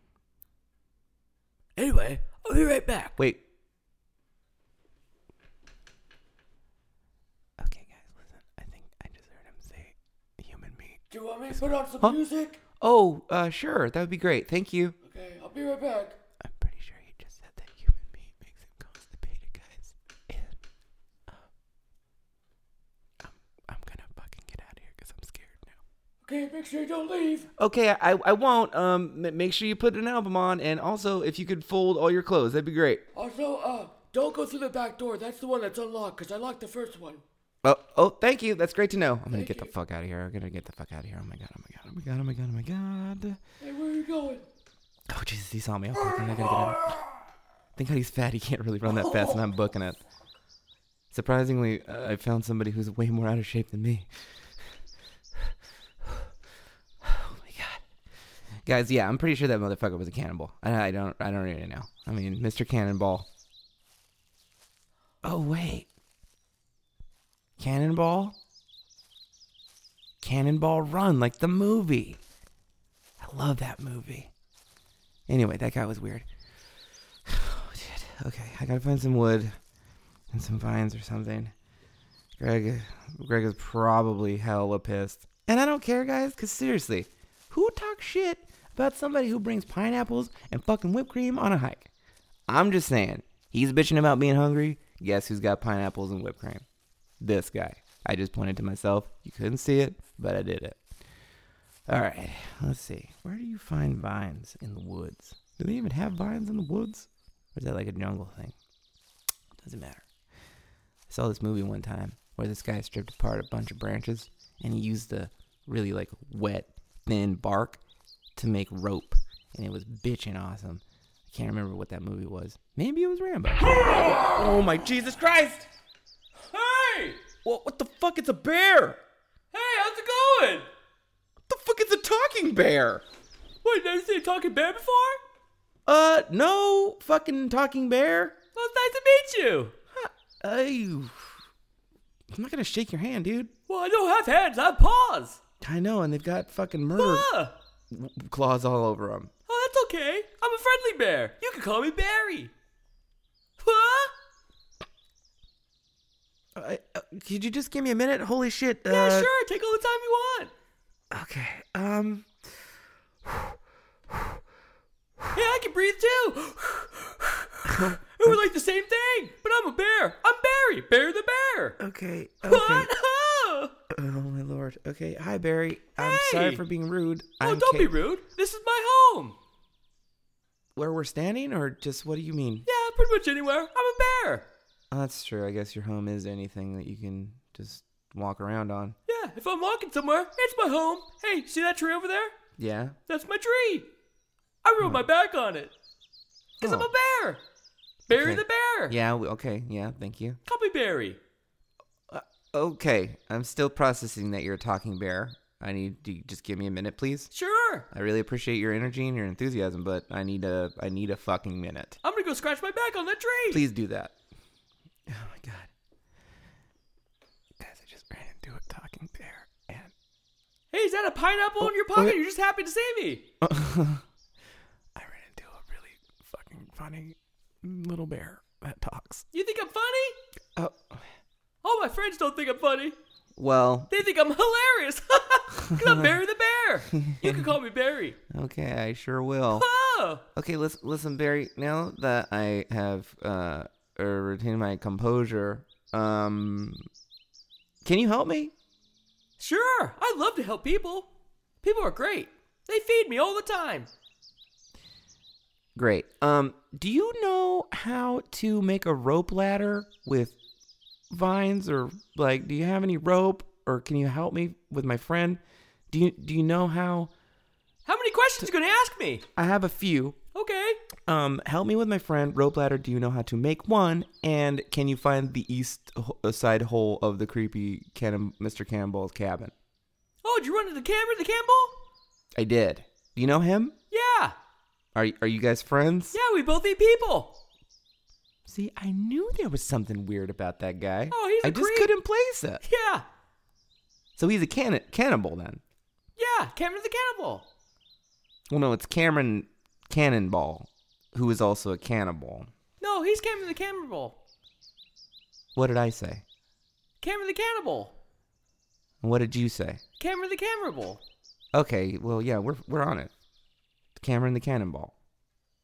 [SPEAKER 5] Anyway, I'll be right back.
[SPEAKER 4] Wait. Okay, guys, listen. I think I just heard him say human meat.
[SPEAKER 5] Do you want me to put on some
[SPEAKER 4] Huh?
[SPEAKER 5] music?
[SPEAKER 4] Oh, uh, sure. That would be great. Thank you.
[SPEAKER 5] Okay, I'll be right back.
[SPEAKER 4] I'm pretty sure he just said that human meat makes him constipated, guys. And um, I'm I'm gonna fucking get out of here because I'm scared now.
[SPEAKER 5] Okay, make sure you don't leave.
[SPEAKER 4] Okay, I I won't. Um, m- make sure you put an album on, and also if you could fold all your clothes, that'd be great.
[SPEAKER 5] Also, uh, don't go through the back door. That's the one that's unlocked, because I locked the first one.
[SPEAKER 4] Oh, oh, thank you. That's great to know. I'm gonna
[SPEAKER 5] Thank
[SPEAKER 4] get the
[SPEAKER 5] you.
[SPEAKER 4] fuck out of here. I'm gonna get the fuck out of here. Oh my god. Oh my god. Oh my god. Oh my god. Oh my god.
[SPEAKER 5] Hey, where are you going?
[SPEAKER 4] Oh Jesus, he saw me. Okay, then I gotta get out. Thank God he's fat. He can't really run that fast, and I'm booking it. Surprisingly, uh, I found somebody who's way more out of shape than me. Oh my God, guys. Yeah, I'm pretty sure that motherfucker was a cannibal. I, I don't. I don't really know. I mean, Mr. Cannonball. Oh wait, Cannonball. Cannonball Run, like the movie. I love that movie. Anyway, that guy was weird. Oh, shit. Okay, I gotta find some wood and some vines or something. Greg, Greg is probably hella pissed, and I don't care, guys. Cause seriously, who talks shit about somebody who brings pineapples and fucking whipped cream on a hike? I'm just saying, he's bitching about being hungry. Guess who's got pineapples and whipped cream? This guy. I just pointed to myself. You couldn't see it, but I did it. All right, let's see. Where do you find vines in the woods? Do they even have vines in the woods? Or is that like a jungle thing? Doesn't matter. I saw this movie one time where this guy stripped apart a bunch of branches and he used the really like wet, thin bark to make rope. And it was bitchin' awesome. I can't remember what that movie was. Maybe it was Rambo. oh my Jesus Christ!
[SPEAKER 6] Hey!
[SPEAKER 4] What, what the fuck? It's a bear!
[SPEAKER 6] Hey, how's it going?
[SPEAKER 4] What the fuck? It's a talking bear!
[SPEAKER 6] Wait, did I see a talking bear before?
[SPEAKER 4] Uh, no fucking talking bear.
[SPEAKER 6] Well, it's nice to meet you.
[SPEAKER 4] Hey, I'm not gonna shake your hand, dude.
[SPEAKER 6] Well, I don't have hands, I have paws.
[SPEAKER 4] I know, and they've got fucking murder
[SPEAKER 6] Ah,
[SPEAKER 4] claws all over them.
[SPEAKER 6] oh, that's okay. I'm a friendly bear. You can call me Barry. Huh?
[SPEAKER 4] Uh, uh, could you just give me a minute? Holy shit! Uh,
[SPEAKER 6] Yeah, sure. Take all the time you want.
[SPEAKER 4] Okay. Um.
[SPEAKER 6] Hey, I can breathe too. we were like the same thing, but I'm a bear. I'm Barry. Barry the bear.
[SPEAKER 4] Okay. Okay.
[SPEAKER 6] What? Oh,
[SPEAKER 4] Oh my lord. Okay. Hi, Barry. I'm sorry
[SPEAKER 6] Hey!
[SPEAKER 4] for being rude.
[SPEAKER 6] oh
[SPEAKER 4] I'm
[SPEAKER 6] don't be
[SPEAKER 4] Kate-
[SPEAKER 6] rude. This is my home.
[SPEAKER 4] Where we're standing, or just what do you mean?
[SPEAKER 6] Yeah, pretty much anywhere. I'm a bear.
[SPEAKER 4] Oh, that's true. I guess your home is anything that you can just walk around on.
[SPEAKER 6] Yeah, if I'm walking somewhere, it's my home. Hey, see that tree over there?
[SPEAKER 4] Yeah.
[SPEAKER 6] That's my tree. I wrote my back on it. Because I'm
[SPEAKER 4] Oh.
[SPEAKER 6] a bear. Barry
[SPEAKER 4] Okay.
[SPEAKER 6] the bear.
[SPEAKER 4] Yeah. w- Okay. Yeah. Thank you. Uh,
[SPEAKER 6] Call me Barry.
[SPEAKER 4] Okay, I'm still processing that you're a talking bear. I need to just give me a minute, please.
[SPEAKER 6] Sure.
[SPEAKER 4] I really appreciate your energy and your enthusiasm, but I need a I need a fucking minute.
[SPEAKER 6] I'm going to go scratch my back on that tree.
[SPEAKER 4] Please do that. Oh my god. Guys, I just ran into a talking bear and
[SPEAKER 6] Hey, is that a pineapple in your
[SPEAKER 4] oh,
[SPEAKER 6] pocket?
[SPEAKER 4] yeah.
[SPEAKER 6] You're just happy to see me.
[SPEAKER 4] I ran into a really fucking funny little bear that talks.
[SPEAKER 6] You think I'm funny?
[SPEAKER 4] Oh
[SPEAKER 6] All my friends don't think I'm funny.
[SPEAKER 4] well,
[SPEAKER 6] They think I'm hilarious. Because I'm Barry the bear. You can call me Barry.
[SPEAKER 4] okay, I sure will.
[SPEAKER 6] Oh,
[SPEAKER 4] Okay, listen, listen, Barry. Now that I have uh, uh, retained my composure, um, can you help me?
[SPEAKER 6] sure. I love to help people. People are great. They feed me all the time.
[SPEAKER 4] Great. Um, do you know how to make a rope ladder with vines, or like, do you have any rope, or can you help me with my friend? Do you do you know how?
[SPEAKER 6] How many questions you going to ask me?
[SPEAKER 4] I have a few.
[SPEAKER 6] Okay.
[SPEAKER 4] Um, help me with my friend rope ladder. Do you know how to make one? And can you find the east ho- side hole of the creepy Cannon- Mr. Cannonball's cabin?
[SPEAKER 6] Oh, did you run into the camera, the Campbell?
[SPEAKER 4] I did. Do you know him?
[SPEAKER 6] Yeah.
[SPEAKER 4] Are are you guys friends?
[SPEAKER 6] Yeah, we both eat people.
[SPEAKER 4] See, I knew there was something weird about that guy.
[SPEAKER 6] Oh, he's
[SPEAKER 4] I
[SPEAKER 6] a
[SPEAKER 4] just
[SPEAKER 6] creep.
[SPEAKER 4] couldn't place it.
[SPEAKER 6] Yeah,
[SPEAKER 4] So he's a canni cannibal then.
[SPEAKER 6] yeah, Cameron the Cannibal.
[SPEAKER 4] Well, no, it's Cameron Cannonball, who is also a cannibal.
[SPEAKER 6] No, he's Cameron the Cannibal.
[SPEAKER 4] What did I say?
[SPEAKER 6] Cameron the Cannibal.
[SPEAKER 4] And What did you say?
[SPEAKER 6] Cameron the Cannibal.
[SPEAKER 4] Okay, well, yeah, we're we're on it. Cameron the Cannonball.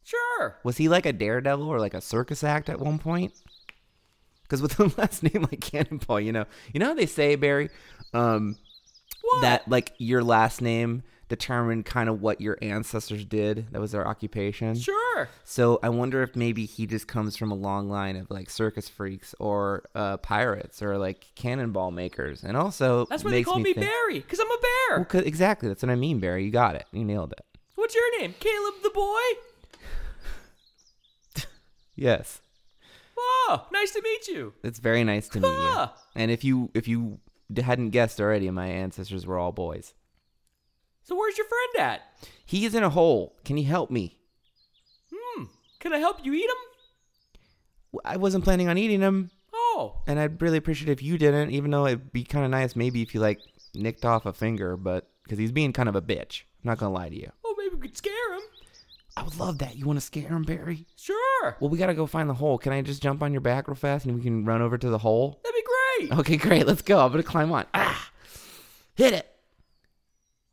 [SPEAKER 6] Sure.
[SPEAKER 4] Was he like a daredevil or like a circus act at one point? Because with a last name like Cannonball, you know, you know how they say Barry, um,
[SPEAKER 6] What?
[SPEAKER 4] that like your last name determined kind of what your ancestors did. That was their occupation.
[SPEAKER 6] Sure.
[SPEAKER 4] So I wonder if maybe he just comes from a long line of like circus freaks or uh, pirates or like cannonball makers, and
[SPEAKER 1] Oh,
[SPEAKER 4] also
[SPEAKER 6] That's why they
[SPEAKER 4] makes
[SPEAKER 6] call me,
[SPEAKER 4] think-
[SPEAKER 6] Barry, because I'm a bear.
[SPEAKER 4] Well, 'cause- exactly, that's what I mean, Barry. You got it. You nailed it.
[SPEAKER 6] What's your name? Caleb the Boy?
[SPEAKER 4] Yes,
[SPEAKER 6] Oh, nice to meet you.
[SPEAKER 4] it's very nice to meet you.
[SPEAKER 6] Ah.
[SPEAKER 4] And if you if you d- hadn't guessed already, my ancestors were all boys.
[SPEAKER 6] So where's your friend at?
[SPEAKER 4] He is in a hole. Can you help me?
[SPEAKER 6] Hmm. Can I help you eat him?
[SPEAKER 4] W- I wasn't planning on eating him,
[SPEAKER 6] Oh,
[SPEAKER 4] and I'd really appreciate if you didn't. Even though it'd be kind of nice, maybe if you like nicked off a finger, but because he's being kind of a bitch. I'm not gonna lie to you.
[SPEAKER 6] well, Oh, maybe we could scare him.
[SPEAKER 4] I would love that. You want to scare him, Barry?
[SPEAKER 6] Sure.
[SPEAKER 4] Well, we gotta go find the hole. Can I just jump on your back real fast and we can run over to the hole?
[SPEAKER 6] That'd be great.
[SPEAKER 4] Okay, great. Let's go. I'm gonna climb on. Ah, hit it.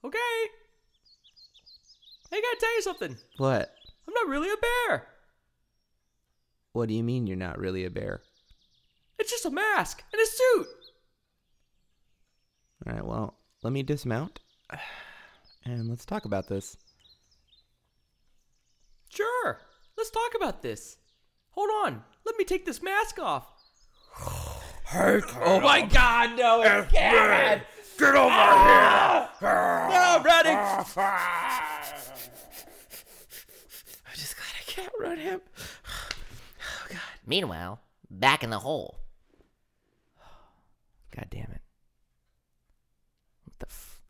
[SPEAKER 6] Okay. I gotta tell you something.
[SPEAKER 4] What?
[SPEAKER 6] I'm not really a bear.
[SPEAKER 4] What do you mean you're not really a bear?
[SPEAKER 6] It's just a mask and a suit.
[SPEAKER 4] All right. Well, let me dismount, and let's talk about this.
[SPEAKER 6] Sure. Let's talk about this. Hold on. Let me take this mask off. oh my god, no, it's Karen! Get over here! No, I'm running!
[SPEAKER 4] I'm just glad I can't run him.
[SPEAKER 3] Meanwhile, back in the hole. God damn it. What the f.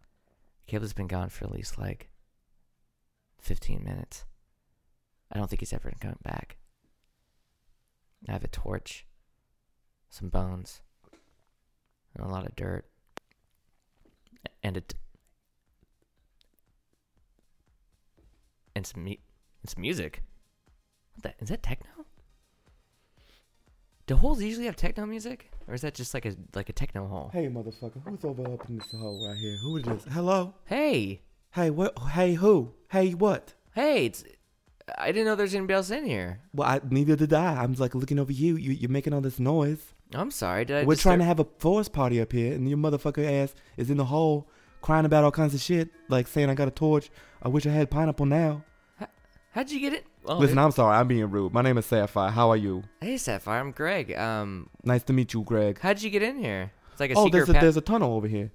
[SPEAKER 3] Caleb's been gone for at least like 15 minutes. I don't think he's ever coming back. I have a torch, some bones, and a lot of dirt. And a. T- and some mu- and some music. What the? Is that techno? Do holes usually have techno music, or is that just like a like a techno hole?
[SPEAKER 1] Hey, motherfucker, who's over up in this hole right here? Who it is? Hello?
[SPEAKER 3] Hey,
[SPEAKER 1] Hey, what? Hey, who? Hey, what?
[SPEAKER 3] hey, it's I didn't know there's anybody else in here.
[SPEAKER 1] Well, I, neither did I. I'm like looking over you. you you're making all this noise.
[SPEAKER 3] I'm sorry. Did I?
[SPEAKER 1] We're trying
[SPEAKER 3] disturb-
[SPEAKER 1] to have a forest party up here, and your motherfucker ass is in the hole crying about all kinds of shit, like saying, I got a torch. I wish I had pineapple now.
[SPEAKER 3] How'd you get it? Oh,
[SPEAKER 1] Listen, I'm sorry. I'm being rude. My name is Sapphire. How are you?
[SPEAKER 3] hey, Sapphire. I'm Greg. Um,
[SPEAKER 1] Nice to meet you, Greg.
[SPEAKER 3] how'd you get in here? It's like a
[SPEAKER 1] Oh,
[SPEAKER 3] secret
[SPEAKER 1] there's a,
[SPEAKER 3] pa-
[SPEAKER 1] there's a tunnel over here.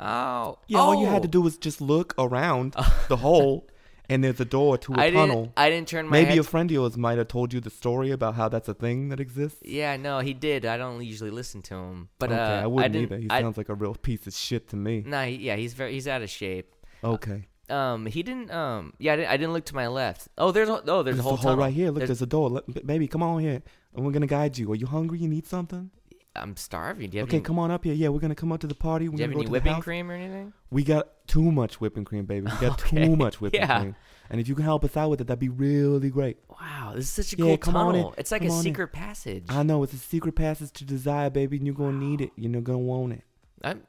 [SPEAKER 3] oh,
[SPEAKER 1] Yeah, all you had to
[SPEAKER 3] oh.
[SPEAKER 1] do was just look around the hole, and there's a door to a
[SPEAKER 3] I
[SPEAKER 1] tunnel.
[SPEAKER 3] didn't. I didn't turn my.
[SPEAKER 1] Maybe
[SPEAKER 3] head-
[SPEAKER 1] a friend of yours might have told you the story about how that's a thing that exists.
[SPEAKER 3] yeah, no, he did. I don't usually listen to him, but
[SPEAKER 1] okay,
[SPEAKER 3] uh,
[SPEAKER 1] I wouldn't
[SPEAKER 3] didn't,
[SPEAKER 1] either. He
[SPEAKER 3] I, Mm,
[SPEAKER 1] sounds like a real piece of shit to me.
[SPEAKER 3] Nah, he- yeah, he's very. He's out of shape.
[SPEAKER 1] Okay,
[SPEAKER 3] Um, he didn't. Um, yeah, I didn't, I didn't look to my left. Oh, there's. a- Oh, there's
[SPEAKER 1] there's
[SPEAKER 3] a whole
[SPEAKER 1] a hole
[SPEAKER 3] tunnel.
[SPEAKER 1] right here. Look,
[SPEAKER 3] There's-
[SPEAKER 1] there's, a door. Let, b- baby, come on here, and we're gonna guide you. Are you hungry? You need something?
[SPEAKER 3] I'm starving. Do you have
[SPEAKER 1] Okay,
[SPEAKER 3] any-
[SPEAKER 1] come on up here. Yeah, we're gonna come up to the party. We're
[SPEAKER 3] Do you
[SPEAKER 1] gonna
[SPEAKER 3] have
[SPEAKER 1] go
[SPEAKER 3] any
[SPEAKER 1] to the
[SPEAKER 3] whipping
[SPEAKER 1] house.
[SPEAKER 3] cream or anything?
[SPEAKER 1] We got too much whipping cream, baby. We got
[SPEAKER 3] Okay,
[SPEAKER 1] too much whipping
[SPEAKER 3] yeah.
[SPEAKER 1] cream. And if you can help us out with it, that'd be really great.
[SPEAKER 3] Wow, this is such a
[SPEAKER 1] Yeah,
[SPEAKER 3] cool
[SPEAKER 1] come
[SPEAKER 3] tunnel.
[SPEAKER 1] on in,
[SPEAKER 3] It's like
[SPEAKER 1] come
[SPEAKER 3] a
[SPEAKER 1] on in.
[SPEAKER 3] secret passage.
[SPEAKER 1] I know it's a secret passage to desire, baby, and you're gonna need it. You're gonna want it.
[SPEAKER 3] I'm-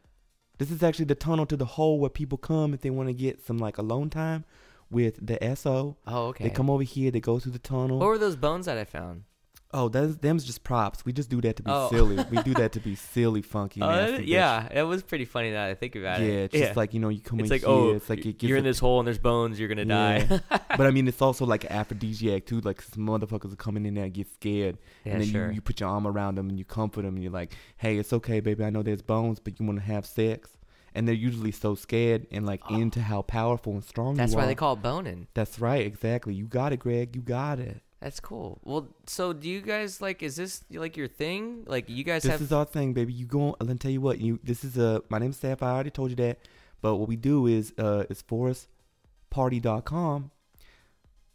[SPEAKER 1] This is actually the tunnel to the hole where people come if they want to get some like alone time with the SO.
[SPEAKER 3] oh, okay.
[SPEAKER 1] They come over here, they go through the tunnel.
[SPEAKER 3] What were those bones that I found?
[SPEAKER 1] oh, that's them's just props. We just do that to be
[SPEAKER 3] Oh.
[SPEAKER 1] silly. We do that to be silly, funky, nasty.
[SPEAKER 3] Uh,
[SPEAKER 1] bitch.
[SPEAKER 3] yeah, that was pretty funny now that I think
[SPEAKER 1] Yeah,
[SPEAKER 3] about it.
[SPEAKER 1] it's just like you know, you come
[SPEAKER 3] it's
[SPEAKER 1] in
[SPEAKER 3] like
[SPEAKER 1] here.
[SPEAKER 3] oh,
[SPEAKER 1] it's like it gives
[SPEAKER 3] you're in
[SPEAKER 1] a-
[SPEAKER 3] this hole and there's bones, you're gonna die.
[SPEAKER 1] Yeah. but I mean, it's also like an aphrodisiac too. Like some motherfuckers are coming in there and get scared,
[SPEAKER 3] Yeah,
[SPEAKER 1] and then
[SPEAKER 3] sure.
[SPEAKER 1] you, you put your arm around them and you comfort them, and you're like, "Hey, it's okay, baby. I know there's bones, but you want to have sex." And they're usually so scared and like into how powerful and strong.
[SPEAKER 3] Oh. That's
[SPEAKER 1] you
[SPEAKER 3] why
[SPEAKER 1] are.
[SPEAKER 3] they call it boning.
[SPEAKER 1] That's right, exactly. You got it, Greg. You got it.
[SPEAKER 3] That's cool. Well, so do you guys like? Is this like your thing? Like you guys
[SPEAKER 1] This
[SPEAKER 3] have?
[SPEAKER 1] is our thing, baby. You go. Let me tell you what. You. This is a. My name's Steph. I already told you that. But what we do is, uh, it's forestparty.com,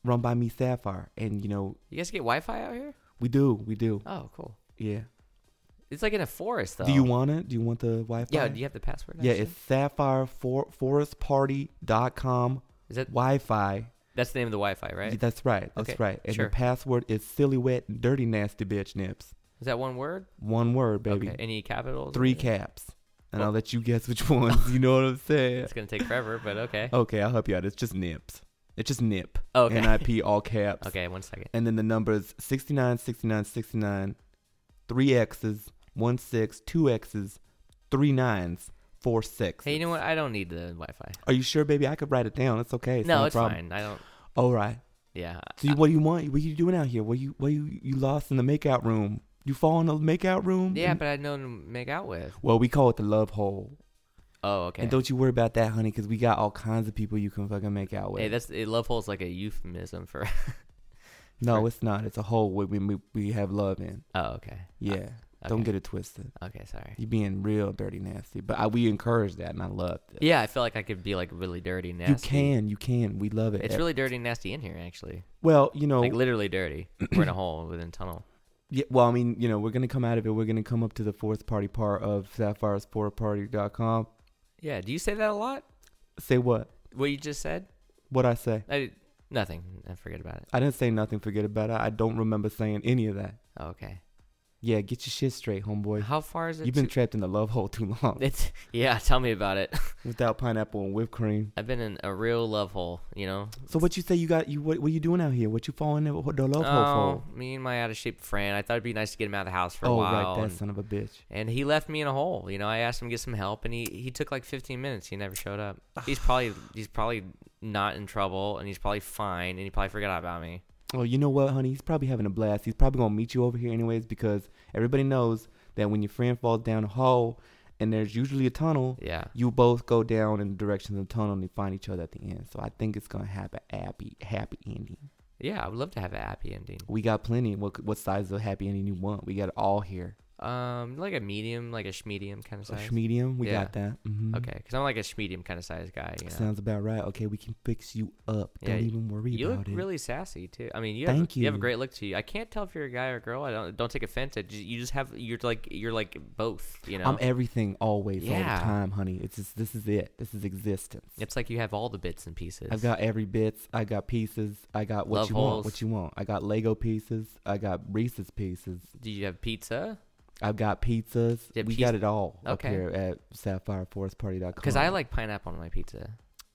[SPEAKER 1] run by me, Sapphire, and you know
[SPEAKER 3] you guys get Wi-Fi out here?
[SPEAKER 1] We do. We do.
[SPEAKER 3] Oh, cool.
[SPEAKER 1] Yeah.
[SPEAKER 3] It's like in a forest, though.
[SPEAKER 1] Do you want it? Do you want the Wi Fi?
[SPEAKER 3] Oh. Yeah, do you have the password? and
[SPEAKER 1] Yeah,
[SPEAKER 3] shit?
[SPEAKER 1] it's sapphireforestparty.com
[SPEAKER 3] Is that
[SPEAKER 1] Wi Fi.
[SPEAKER 3] that's the name of the Wi-Fi, right?
[SPEAKER 1] That's right. That's
[SPEAKER 3] Eh. Okay,
[SPEAKER 1] right. And
[SPEAKER 3] sure.
[SPEAKER 1] the password is silly wet and dirty nasty bitch nips.
[SPEAKER 3] Is that one word?
[SPEAKER 1] One word, baby.
[SPEAKER 3] Okay. Any capitals?
[SPEAKER 1] Three
[SPEAKER 3] K.
[SPEAKER 1] caps. And I'll let you guess which ones. You know what I'm saying?
[SPEAKER 3] It's gonna take forever, but okay.
[SPEAKER 1] Okay, I'll help you out. It's just nips. It's just nip.
[SPEAKER 3] Oh, okay.
[SPEAKER 1] N-I-P, all caps.
[SPEAKER 3] Okay, one second.
[SPEAKER 1] And then the numbers 69, 69, 69, three X's, one six, two X's, three nines, four six.
[SPEAKER 3] Hey, you know what? I don't need the Wi-Fi.
[SPEAKER 1] Are you sure, baby? I could write it down. It's okay.
[SPEAKER 3] no,
[SPEAKER 1] not a
[SPEAKER 3] it's
[SPEAKER 1] problem.
[SPEAKER 3] fine. I don't.
[SPEAKER 1] All right.
[SPEAKER 3] Yeah.
[SPEAKER 1] So you, what do you want? What you doing out here? What you what you you lost in the makeout room? You fall in the makeout room?
[SPEAKER 3] yeah,
[SPEAKER 1] And-
[SPEAKER 3] but I know to make out with.
[SPEAKER 1] well, we call it the love hole.
[SPEAKER 3] Oh, okay.
[SPEAKER 1] And don't you worry about that, honey, because we got all kinds of people you can fucking make out with.
[SPEAKER 3] hey, that's it, love hole's like a euphemism for.
[SPEAKER 1] no,
[SPEAKER 3] for-
[SPEAKER 1] it's not. It's a hole we we, we have love in.
[SPEAKER 3] oh, okay. Uh,
[SPEAKER 1] Yeah. Don't
[SPEAKER 3] okay.
[SPEAKER 1] get it twisted.
[SPEAKER 3] Okay, sorry.
[SPEAKER 1] You being real dirty nasty, but I, we encourage that, and I love it.
[SPEAKER 3] Yeah, I feel like I could be like really dirty, nasty.
[SPEAKER 1] You can, you can. We love it. Oh.
[SPEAKER 3] It's really dirty, and nasty in here, actually.
[SPEAKER 1] well, you know.
[SPEAKER 3] Like literally dirty. We're in a hole within a tunnel.
[SPEAKER 1] yeah, well, I mean, you know, we're gonna come out of it. We're gonna come up to the fourth party part of sapphiresportparty.com.
[SPEAKER 3] Yeah. Do you say that a lot?
[SPEAKER 1] Say what?
[SPEAKER 3] What you just said?
[SPEAKER 1] What I say?
[SPEAKER 3] I nothing. I forget about it.
[SPEAKER 1] I didn't say nothing. Forget about it. I don't remember saying any of that.
[SPEAKER 3] Oh, okay.
[SPEAKER 1] Yeah, get your shit straight, homeboy.
[SPEAKER 3] How far is it?
[SPEAKER 1] You've been
[SPEAKER 3] to-
[SPEAKER 1] trapped in the love hole too long
[SPEAKER 3] it's yeah. Tell me about it.
[SPEAKER 1] without pineapple and whipped cream.
[SPEAKER 3] I've been in a real love hole. You know.
[SPEAKER 1] So what you say? You got you? What, what you doing out here? What you falling in the love hole
[SPEAKER 3] Oh,
[SPEAKER 1] for?
[SPEAKER 3] me and my out of shape friend. I thought it'd be nice to get him out of the house for a
[SPEAKER 1] oh,
[SPEAKER 3] while.
[SPEAKER 1] right, that
[SPEAKER 3] and,
[SPEAKER 1] son of a bitch.
[SPEAKER 3] and he left me in a hole. You know, I asked him to get some help, and he, he took like 15 minutes. He never showed up. He's probably he's probably not in trouble, and he's probably fine, and he probably forgot about me.
[SPEAKER 1] Well, you know what, honey? He's probably having a blast. He's probably gonna meet you over here anyways because everybody knows that when your friend falls down a hole and there's usually a tunnel,
[SPEAKER 3] Yeah.
[SPEAKER 1] you both go down in the direction of the tunnel and you find each other at the end. So I think it's gonna have a happy, happy ending.
[SPEAKER 3] Yeah, I would love to have a happy ending.
[SPEAKER 1] We got plenty. What what size of happy ending you want? We got it all here.
[SPEAKER 3] Um, like a medium, like a schmedium kind of
[SPEAKER 1] A
[SPEAKER 3] size.
[SPEAKER 1] medium, we
[SPEAKER 3] Yeah.
[SPEAKER 1] got that. hmm
[SPEAKER 3] Okay, because I'm like a schmedium kind of size guy. You know?
[SPEAKER 1] Sounds about right. Okay, we can fix you up.
[SPEAKER 3] Yeah,
[SPEAKER 1] Don't even worry
[SPEAKER 3] you
[SPEAKER 1] about
[SPEAKER 3] look
[SPEAKER 1] it.
[SPEAKER 3] really sassy too. I mean, you have,
[SPEAKER 1] Thank
[SPEAKER 3] you. have a
[SPEAKER 1] you.
[SPEAKER 3] great look to you. I can't tell if you're a guy or a girl. I don't don't take offense. I just, you just have you're like you're like both. You know,
[SPEAKER 1] I'm everything always all
[SPEAKER 3] Yeah.
[SPEAKER 1] the time, honey. It's just this is it. This is existence.
[SPEAKER 3] It's like you have all the bits and pieces.
[SPEAKER 1] I've got every bits. I got pieces. I got what
[SPEAKER 3] Love
[SPEAKER 1] you
[SPEAKER 3] holes.
[SPEAKER 1] want. What you want. I got Lego pieces. I got Reese's pieces.
[SPEAKER 3] Do you have pizza?
[SPEAKER 1] I've got pizzas.
[SPEAKER 3] Yeah,
[SPEAKER 1] we
[SPEAKER 3] pizza-
[SPEAKER 1] got it all up
[SPEAKER 3] Okay.
[SPEAKER 1] here at sapphireforestparty.com.
[SPEAKER 3] Because I like pineapple on my pizza.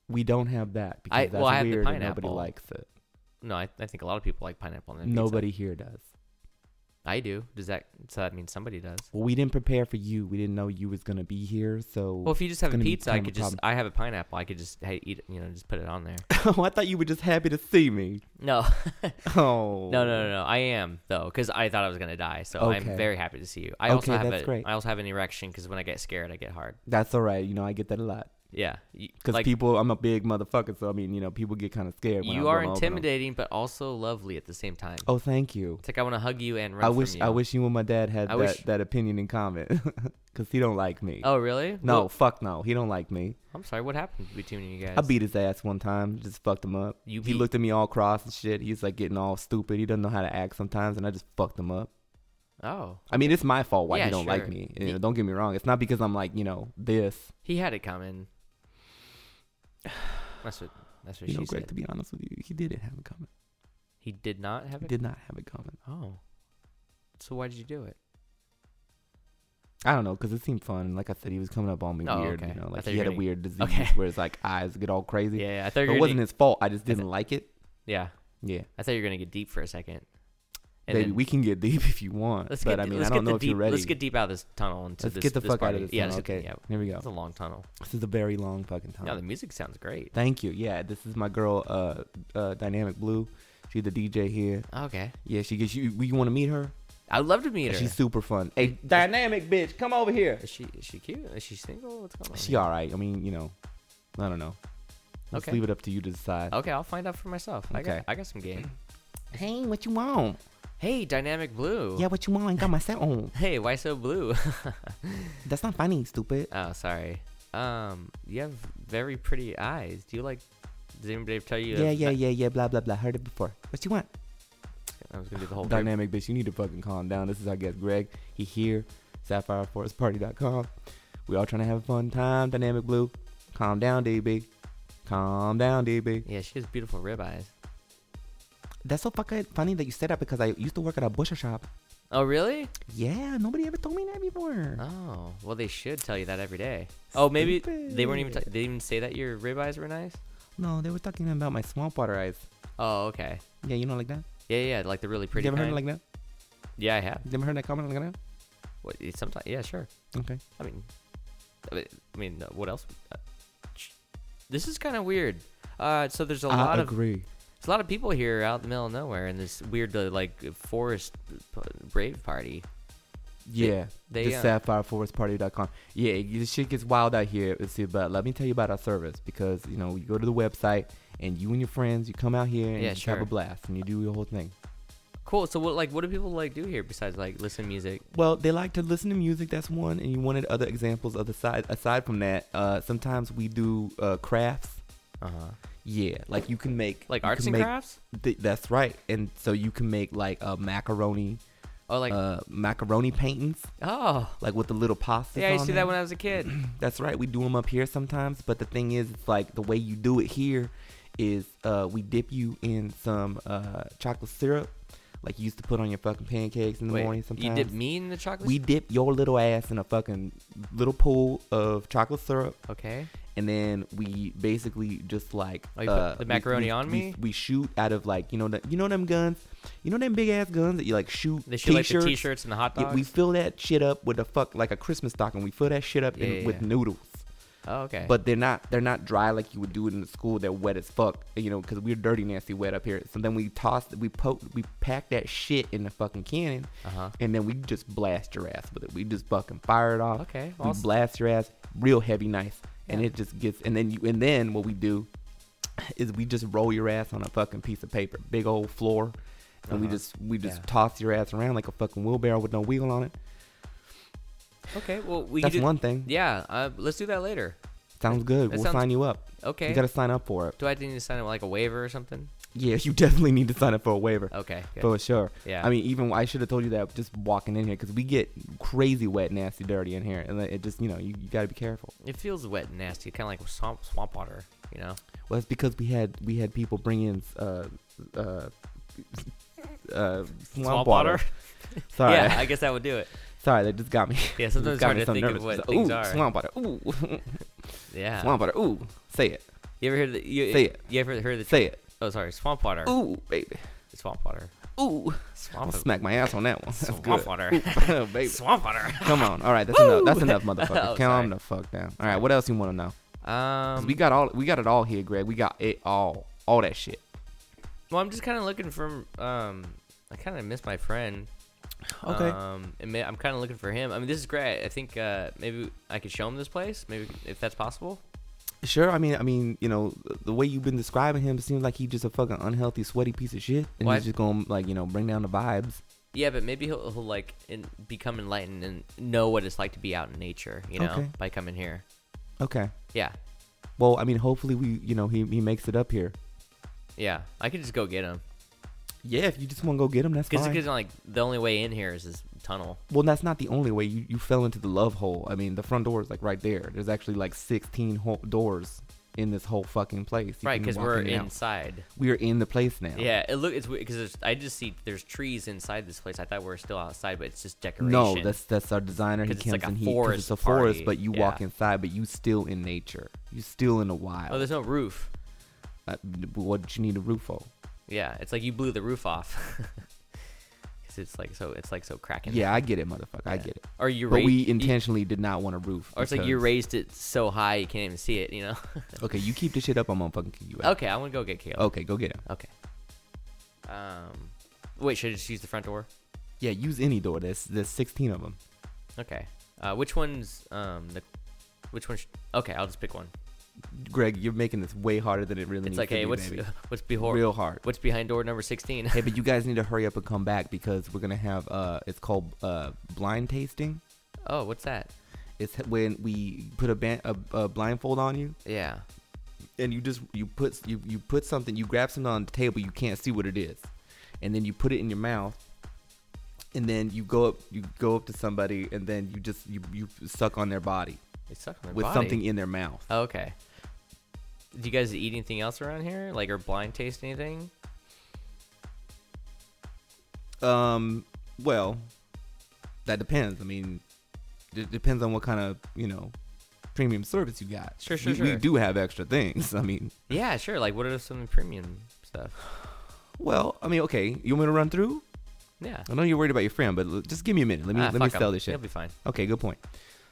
[SPEAKER 1] We don't have that because
[SPEAKER 3] I-
[SPEAKER 1] that's
[SPEAKER 3] well, I have the
[SPEAKER 1] weird and nobody
[SPEAKER 3] pineapple.
[SPEAKER 1] likes it.
[SPEAKER 3] No, I, I think a lot of people like pineapple on their pizza.
[SPEAKER 1] Nobody here does.
[SPEAKER 3] I do. Does that? So that means somebody does.
[SPEAKER 1] Well, we didn't prepare for you. We didn't know you was gonna be here. So
[SPEAKER 3] Well, if you just have a
[SPEAKER 1] gonna be
[SPEAKER 3] pizza, I
[SPEAKER 1] kind of
[SPEAKER 3] could
[SPEAKER 1] a
[SPEAKER 3] just.
[SPEAKER 1] problem.
[SPEAKER 3] I have a pineapple. I could just hey, eat. it, You know, just put it on there.
[SPEAKER 1] oh, I thought you were just happy to see me.
[SPEAKER 3] No,
[SPEAKER 1] Oh,
[SPEAKER 3] no, no, no, no. I am though, because I thought I was gonna die. So I'm
[SPEAKER 1] Okay.
[SPEAKER 3] very happy to see you. I also
[SPEAKER 1] Okay,
[SPEAKER 3] have
[SPEAKER 1] that's
[SPEAKER 3] a,
[SPEAKER 1] great.
[SPEAKER 3] I also have an erection because when I get scared, I get hard.
[SPEAKER 1] That's all right. You know, I get that a lot
[SPEAKER 3] Yeah, you-
[SPEAKER 1] because
[SPEAKER 3] like,
[SPEAKER 1] people. I'm a big motherfucker, so I mean, you know, people get kind of scared. When
[SPEAKER 3] You
[SPEAKER 1] I
[SPEAKER 3] are
[SPEAKER 1] run over them.
[SPEAKER 3] intimidating, but also lovely at the same time.
[SPEAKER 1] Oh, thank you.
[SPEAKER 3] It's like I want to hug you and run
[SPEAKER 1] I
[SPEAKER 3] from
[SPEAKER 1] wish
[SPEAKER 3] you.
[SPEAKER 1] I wish you and my dad had
[SPEAKER 3] I
[SPEAKER 1] that,
[SPEAKER 3] wish-
[SPEAKER 1] that opinion in common, cause he don't like me.
[SPEAKER 3] Oh really?
[SPEAKER 1] no,
[SPEAKER 3] Well,
[SPEAKER 1] fuck no, he don't like me.
[SPEAKER 3] I'm sorry. What happened between you guys?
[SPEAKER 1] I beat his ass one time, just fucked him up.
[SPEAKER 3] You
[SPEAKER 1] he
[SPEAKER 3] beat-
[SPEAKER 1] looked at me all cross and shit. He's like getting all stupid. He doesn't know how to act sometimes, and I just fucked him up.
[SPEAKER 3] Oh,
[SPEAKER 1] I mean, it's my fault why
[SPEAKER 3] Yeah,
[SPEAKER 1] he don't
[SPEAKER 3] sure.
[SPEAKER 1] like me. You
[SPEAKER 3] The-
[SPEAKER 1] know, don't get me wrong. It's not because I'm like you know this.
[SPEAKER 3] he had it coming. That's what. That's what
[SPEAKER 1] You know,
[SPEAKER 3] she
[SPEAKER 1] Greg.
[SPEAKER 3] said.
[SPEAKER 1] To be honest with you, he didn't have it coming.
[SPEAKER 3] He did not have
[SPEAKER 1] He
[SPEAKER 3] it.
[SPEAKER 1] did not have it coming.
[SPEAKER 3] Oh, so why did you do it?
[SPEAKER 1] I don't know, cause it seemed fun. Like I said, he was coming up on me
[SPEAKER 3] Oh,
[SPEAKER 1] weird.
[SPEAKER 3] okay.
[SPEAKER 1] You know,
[SPEAKER 3] I
[SPEAKER 1] like he
[SPEAKER 3] thought you were
[SPEAKER 1] had a
[SPEAKER 3] gonna-
[SPEAKER 1] weird disease
[SPEAKER 3] Okay.
[SPEAKER 1] where his like eyes get all crazy.
[SPEAKER 3] Yeah, I thought you were
[SPEAKER 1] It
[SPEAKER 3] gonna
[SPEAKER 1] wasn't
[SPEAKER 3] get-
[SPEAKER 1] his fault. I just
[SPEAKER 3] I th-
[SPEAKER 1] didn't like it.
[SPEAKER 3] yeah,
[SPEAKER 1] Yeah.
[SPEAKER 3] I thought you were gonna get deep for a second. And
[SPEAKER 1] Baby,
[SPEAKER 3] then-
[SPEAKER 1] we can get deep if you want.
[SPEAKER 3] let's
[SPEAKER 1] but
[SPEAKER 3] get.
[SPEAKER 1] I mean,
[SPEAKER 3] let's
[SPEAKER 1] I
[SPEAKER 3] get
[SPEAKER 1] don't
[SPEAKER 3] the
[SPEAKER 1] know if
[SPEAKER 3] deep,
[SPEAKER 1] you're ready.
[SPEAKER 3] Let's get deep out of this tunnel into
[SPEAKER 1] Let's
[SPEAKER 3] this.
[SPEAKER 1] get the
[SPEAKER 3] this
[SPEAKER 1] fuck out
[SPEAKER 3] party.
[SPEAKER 1] of this.
[SPEAKER 3] Yeah,
[SPEAKER 1] tunnel.
[SPEAKER 3] let's get-
[SPEAKER 1] okay.
[SPEAKER 3] yeah,
[SPEAKER 1] Here we go.
[SPEAKER 3] it's a long tunnel.
[SPEAKER 1] This is a very long fucking
[SPEAKER 3] Yeah,
[SPEAKER 1] tunnel.
[SPEAKER 3] the music sounds great.
[SPEAKER 1] Thank you. Yeah, this is my girl, uh, uh, Dynamic Blue. She's the DJ here.
[SPEAKER 3] Okay,
[SPEAKER 1] Yeah, she gets you. You want to meet her?
[SPEAKER 3] I'd love to meet her.
[SPEAKER 1] She's super fun. Hey, Dynamic bitch, come over here.
[SPEAKER 3] Is she is she cute? Is she single? What's going on?
[SPEAKER 1] She all right. I mean, you know, I don't know. Let's
[SPEAKER 3] Okay.
[SPEAKER 1] leave it up to you to decide.
[SPEAKER 3] Okay, I'll find out for myself. I got
[SPEAKER 1] Okay.
[SPEAKER 3] I got some game.
[SPEAKER 1] Hey, what you want?
[SPEAKER 3] Hey, dynamic blue.
[SPEAKER 1] Yeah, what you want? I got my set on.
[SPEAKER 3] Hey, why so blue?
[SPEAKER 1] That's not funny, stupid.
[SPEAKER 3] oh, sorry. Um, you have very pretty eyes. Do you like? Did anybody tell you?
[SPEAKER 1] Yeah, yeah, yeah, yeah. Blah blah blah. Heard it before. What you want?
[SPEAKER 3] I was gonna do the whole thing.
[SPEAKER 4] Dynamic bitch, you need to fucking calm down. This is our guest Greg. He here, sapphireforestparty.com. We all trying to have a fun time. Dynamic Blue, calm down, DB. Calm down, DB.
[SPEAKER 3] Yeah, she has beautiful rib eyes.
[SPEAKER 4] That's so fucking funny that you said that because I used to work at a butcher shop.
[SPEAKER 3] Oh really?
[SPEAKER 4] Yeah, nobody ever told me that before.
[SPEAKER 3] Oh well, they should tell you that every day. Oh maybe they weren't even. T- they didn't even say that your rib eyes were nice.
[SPEAKER 4] no, they were talking about my small water eyes.
[SPEAKER 3] Oh okay.
[SPEAKER 4] Yeah, you know, like that.
[SPEAKER 3] Yeah yeah, like the really pretty.
[SPEAKER 4] you ever heard
[SPEAKER 3] kind.
[SPEAKER 4] it like that?
[SPEAKER 3] yeah, I have.
[SPEAKER 4] You ever heard that comment like that?
[SPEAKER 3] What, sometimes yeah sure.
[SPEAKER 4] Okay.
[SPEAKER 3] I mean, I mean- I mean, uh, what else? Uh, sh- This is kind of weird. Uh, so there's a lot
[SPEAKER 1] I
[SPEAKER 3] of
[SPEAKER 1] agree.
[SPEAKER 3] there's a lot of people here out in the middle of nowhere in this weird uh, like forest p- brave party.
[SPEAKER 4] Yeah.
[SPEAKER 3] they,
[SPEAKER 4] the
[SPEAKER 3] uh,
[SPEAKER 4] sapphireforestparty.com. Yeah, it- this shit gets wild out here. Let's see, but let me tell you about our service because you know you go to the website and you and your friends you come out here and
[SPEAKER 3] Yeah,
[SPEAKER 4] you just have
[SPEAKER 3] sure.
[SPEAKER 4] a blast and you do your whole thing.
[SPEAKER 3] Cool. So what like what do people like do here besides like listen to music?
[SPEAKER 4] Well, they like to listen to music. That's one, and you wanted other examples of the side. Aside from that, uh, sometimes we do uh, crafts.
[SPEAKER 3] Uh huh.
[SPEAKER 4] Yeah, like you can make
[SPEAKER 3] Like
[SPEAKER 4] Uh-huh. you
[SPEAKER 3] arts
[SPEAKER 4] can
[SPEAKER 3] and
[SPEAKER 4] make-
[SPEAKER 3] crafts.
[SPEAKER 4] Th- that's right, and so you can make like uh, macaroni,
[SPEAKER 3] Oh like
[SPEAKER 4] uh, macaroni paintings,
[SPEAKER 3] oh
[SPEAKER 4] like with the little pasta.
[SPEAKER 3] yeah I used to do that when I was a kid.
[SPEAKER 4] That's right. We do them up here sometimes, but the thing is, it's like the way you do it here is uh, we dip you in some uh, chocolate syrup, like you used to put on your fucking pancakes in the
[SPEAKER 3] Wait,
[SPEAKER 4] morning. Sometimes
[SPEAKER 3] you dip me in the chocolate.
[SPEAKER 4] we dip your little ass in a fucking little pool of chocolate syrup,
[SPEAKER 3] okay.
[SPEAKER 4] and then we basically just like
[SPEAKER 3] Oh,
[SPEAKER 4] uh,
[SPEAKER 3] you put the
[SPEAKER 4] we-
[SPEAKER 3] macaroni
[SPEAKER 4] we-
[SPEAKER 3] on
[SPEAKER 4] we-
[SPEAKER 3] me?
[SPEAKER 4] We shoot out of like you know the, you know them guns, you know them big ass guns that you like shoot.
[SPEAKER 3] They shoot like the
[SPEAKER 4] t-shirts?
[SPEAKER 3] t-shirts and the hot
[SPEAKER 4] Yeah,
[SPEAKER 3] dogs.
[SPEAKER 4] we fill that shit up with a fuck like a Christmas stocking. We fill that shit up in,
[SPEAKER 3] Yeah, yeah,
[SPEAKER 4] with
[SPEAKER 3] yeah.
[SPEAKER 4] noodles
[SPEAKER 3] oh okay.
[SPEAKER 4] but they're not they're not dry like you would do it in the school. They're wet as fuck, you know, because we're dirty, nasty, wet up here. So then we toss, we poke, we pack that shit in the fucking cannon,
[SPEAKER 3] uh huh.
[SPEAKER 4] and then we just blast your ass with it. We just fucking fire it off.
[SPEAKER 3] Okay,
[SPEAKER 4] uh, we
[SPEAKER 3] awesome.
[SPEAKER 4] blast your ass real heavy, nice, and
[SPEAKER 3] Yeah.
[SPEAKER 4] it just gets. And then you and then what we do is we just roll your ass on a fucking piece of paper, big old floor, and we
[SPEAKER 3] Uh-huh.
[SPEAKER 4] just we just
[SPEAKER 3] Yeah.
[SPEAKER 4] toss your ass around like a fucking wheelbarrow with no wheel on it.
[SPEAKER 3] Okay. Well we
[SPEAKER 4] That's
[SPEAKER 3] could do-
[SPEAKER 4] one thing.
[SPEAKER 3] Yeah. Uh, let's do that later.
[SPEAKER 4] Sounds good.
[SPEAKER 3] that
[SPEAKER 4] we'll
[SPEAKER 3] sounds-
[SPEAKER 4] sign you up.
[SPEAKER 3] Okay.
[SPEAKER 4] You gotta sign up for it.
[SPEAKER 3] Do I need to sign up like a waiver or something?
[SPEAKER 4] Yeah, you definitely need to sign up for a waiver.
[SPEAKER 3] Okay. good.
[SPEAKER 4] For sure.
[SPEAKER 3] Yeah.
[SPEAKER 4] I mean, even I should have told you that just walking in here because we get crazy wet, nasty, dirty in here, and it just you know you, you got to be careful.
[SPEAKER 3] it feels wet and nasty, kind of like swamp swamp water, you know.
[SPEAKER 4] Well, it's because we had we had people bring in uh uh, uh swamp,
[SPEAKER 3] Swamp
[SPEAKER 4] water.
[SPEAKER 3] water?
[SPEAKER 4] Sorry,
[SPEAKER 3] Yeah, I guess that would do it.
[SPEAKER 4] sorry, that just got me.
[SPEAKER 3] Yeah,
[SPEAKER 4] just
[SPEAKER 3] sometimes it's
[SPEAKER 4] got
[SPEAKER 3] hard
[SPEAKER 4] me
[SPEAKER 3] to
[SPEAKER 4] so
[SPEAKER 3] think of
[SPEAKER 4] nervous.
[SPEAKER 3] what
[SPEAKER 4] It's like,
[SPEAKER 3] things
[SPEAKER 4] ooh,
[SPEAKER 3] are.
[SPEAKER 4] Swamp water. Ooh,
[SPEAKER 3] Yeah.
[SPEAKER 4] swamp water. Ooh, say it.
[SPEAKER 3] You ever heard the, you,
[SPEAKER 4] Say it.
[SPEAKER 3] You ever heard the
[SPEAKER 4] Say it.
[SPEAKER 3] Oh, sorry, swamp water.
[SPEAKER 4] Ooh, baby.
[SPEAKER 3] Swamp water.
[SPEAKER 4] Ooh, I'll
[SPEAKER 3] Swamp.
[SPEAKER 4] smack my ass on that one. That's
[SPEAKER 3] Swamp
[SPEAKER 4] good.
[SPEAKER 3] water.
[SPEAKER 4] Ooh, baby.
[SPEAKER 3] Swamp water.
[SPEAKER 4] Come on. All right, that's enough. That's enough, motherfucker.
[SPEAKER 3] Oh, sorry.
[SPEAKER 4] Calm the fuck down. All right, what else you want to know? 'Cause
[SPEAKER 3] Um.
[SPEAKER 4] we got all we got it all here, Greg. We got it all, all that shit.
[SPEAKER 3] well, I'm just kind of looking for. Um. I kind of miss my friend.
[SPEAKER 4] Okay.
[SPEAKER 3] Um. And may, I'm kind of looking for him. I mean, this is great. I think uh, maybe I could show him this place. Maybe if that's possible.
[SPEAKER 4] Sure. I mean, I mean, you know, the way you've been describing him seems like he's just a fucking unhealthy, sweaty piece of shit, and
[SPEAKER 3] What?
[SPEAKER 4] he's just gonna like you know bring down the vibes.
[SPEAKER 3] Yeah, but maybe he'll, he'll like in, become enlightened and know what it's like to be out in nature. You know,
[SPEAKER 4] Okay.
[SPEAKER 3] by coming here.
[SPEAKER 4] Okay.
[SPEAKER 3] Yeah.
[SPEAKER 4] Well, I mean, hopefully we, you know, he he makes it up here.
[SPEAKER 3] Yeah, I could just go get him
[SPEAKER 4] Yeah. If you just want to go get him, that's
[SPEAKER 3] because
[SPEAKER 4] fine.
[SPEAKER 3] like the only way in here is this tunnel.
[SPEAKER 4] Well, that's not the only way. You you fell into the love hole. I mean, the front door is like right there. There's actually like 16 whole doors in this whole fucking place. You
[SPEAKER 3] Right, right,
[SPEAKER 4] can
[SPEAKER 3] because
[SPEAKER 4] walk
[SPEAKER 3] we're
[SPEAKER 4] in and out.
[SPEAKER 3] inside.
[SPEAKER 4] we are in the place now.
[SPEAKER 3] Yeah, it look it's because I just see there's trees inside this place. I thought we were still outside, but it's just decoration.
[SPEAKER 4] No, that's that's our designer. He
[SPEAKER 3] 'Cause it's
[SPEAKER 4] comes
[SPEAKER 3] like a
[SPEAKER 4] in. He 'cause
[SPEAKER 3] forest
[SPEAKER 4] it's a forest,
[SPEAKER 3] party.
[SPEAKER 4] but you
[SPEAKER 3] Yeah.
[SPEAKER 4] walk inside, but you still in nature. You still in the wild.
[SPEAKER 3] oh, there's no roof. Oh.
[SPEAKER 4] Uh, what you need a roof for?
[SPEAKER 3] Yeah, it's like you blew the roof off. Because it's like so it's like so cracking.
[SPEAKER 4] Yeah, I get it, motherfucker. I
[SPEAKER 3] Yeah.
[SPEAKER 4] get it.
[SPEAKER 3] Or you
[SPEAKER 4] But
[SPEAKER 3] raised,
[SPEAKER 4] we intentionally did not want a roof.
[SPEAKER 3] or it's like you
[SPEAKER 4] because-
[SPEAKER 3] raised it so high you can't even see it. You know.
[SPEAKER 4] Okay, you keep this shit up. I'm gonna fucking kick you out.
[SPEAKER 3] okay, I'm gonna go get Caleb.
[SPEAKER 4] Okay, go get him.
[SPEAKER 3] Okay. Um, wait, should I just use the front door?
[SPEAKER 4] Yeah, use any door. There's there's 16 of them.
[SPEAKER 3] Okay. Uh, which one's um the, which one? Sh- okay, I'll just pick one.
[SPEAKER 4] Greg, you're making this way harder than it really
[SPEAKER 3] It's
[SPEAKER 4] needs
[SPEAKER 3] like,
[SPEAKER 4] to
[SPEAKER 3] hey,
[SPEAKER 4] be,
[SPEAKER 3] what's
[SPEAKER 4] baby.
[SPEAKER 3] what's behind
[SPEAKER 4] real hard.
[SPEAKER 3] what's behind door number sixteen?
[SPEAKER 4] Hey, but you guys need to hurry up and come back because we're gonna have uh, it's called uh blind tasting.
[SPEAKER 3] oh, what's that?
[SPEAKER 4] It's when we put a, ban- a, a blindfold on you
[SPEAKER 3] Yeah.
[SPEAKER 4] and you just you put you, you put something you grab something on the table you can't see what it is and then you put it in your mouth and then you go up you go up to somebody and then you just you, you suck on their body
[SPEAKER 3] They suck on their
[SPEAKER 4] with
[SPEAKER 3] body.
[SPEAKER 4] something e- in their mouth.
[SPEAKER 3] Oh, okay. Do you guys eat anything else around here? Like, or blind taste anything?
[SPEAKER 4] Um, well, that depends. I mean, it depends on what kind of you know premium service you got.
[SPEAKER 3] Sure, sure,
[SPEAKER 4] we, We
[SPEAKER 3] sure.
[SPEAKER 4] do have extra things. I mean,
[SPEAKER 3] Yeah, sure. Like, what are some premium stuff?
[SPEAKER 4] well, I mean, okay. You want me to run through?
[SPEAKER 3] Yeah.
[SPEAKER 4] I know you're worried about your friend, but l- just give me a minute. Let me
[SPEAKER 3] Ah,
[SPEAKER 4] let me
[SPEAKER 3] fuck 'em.
[SPEAKER 4] sell this shit.
[SPEAKER 3] It'll be fine.
[SPEAKER 4] Okay, good point.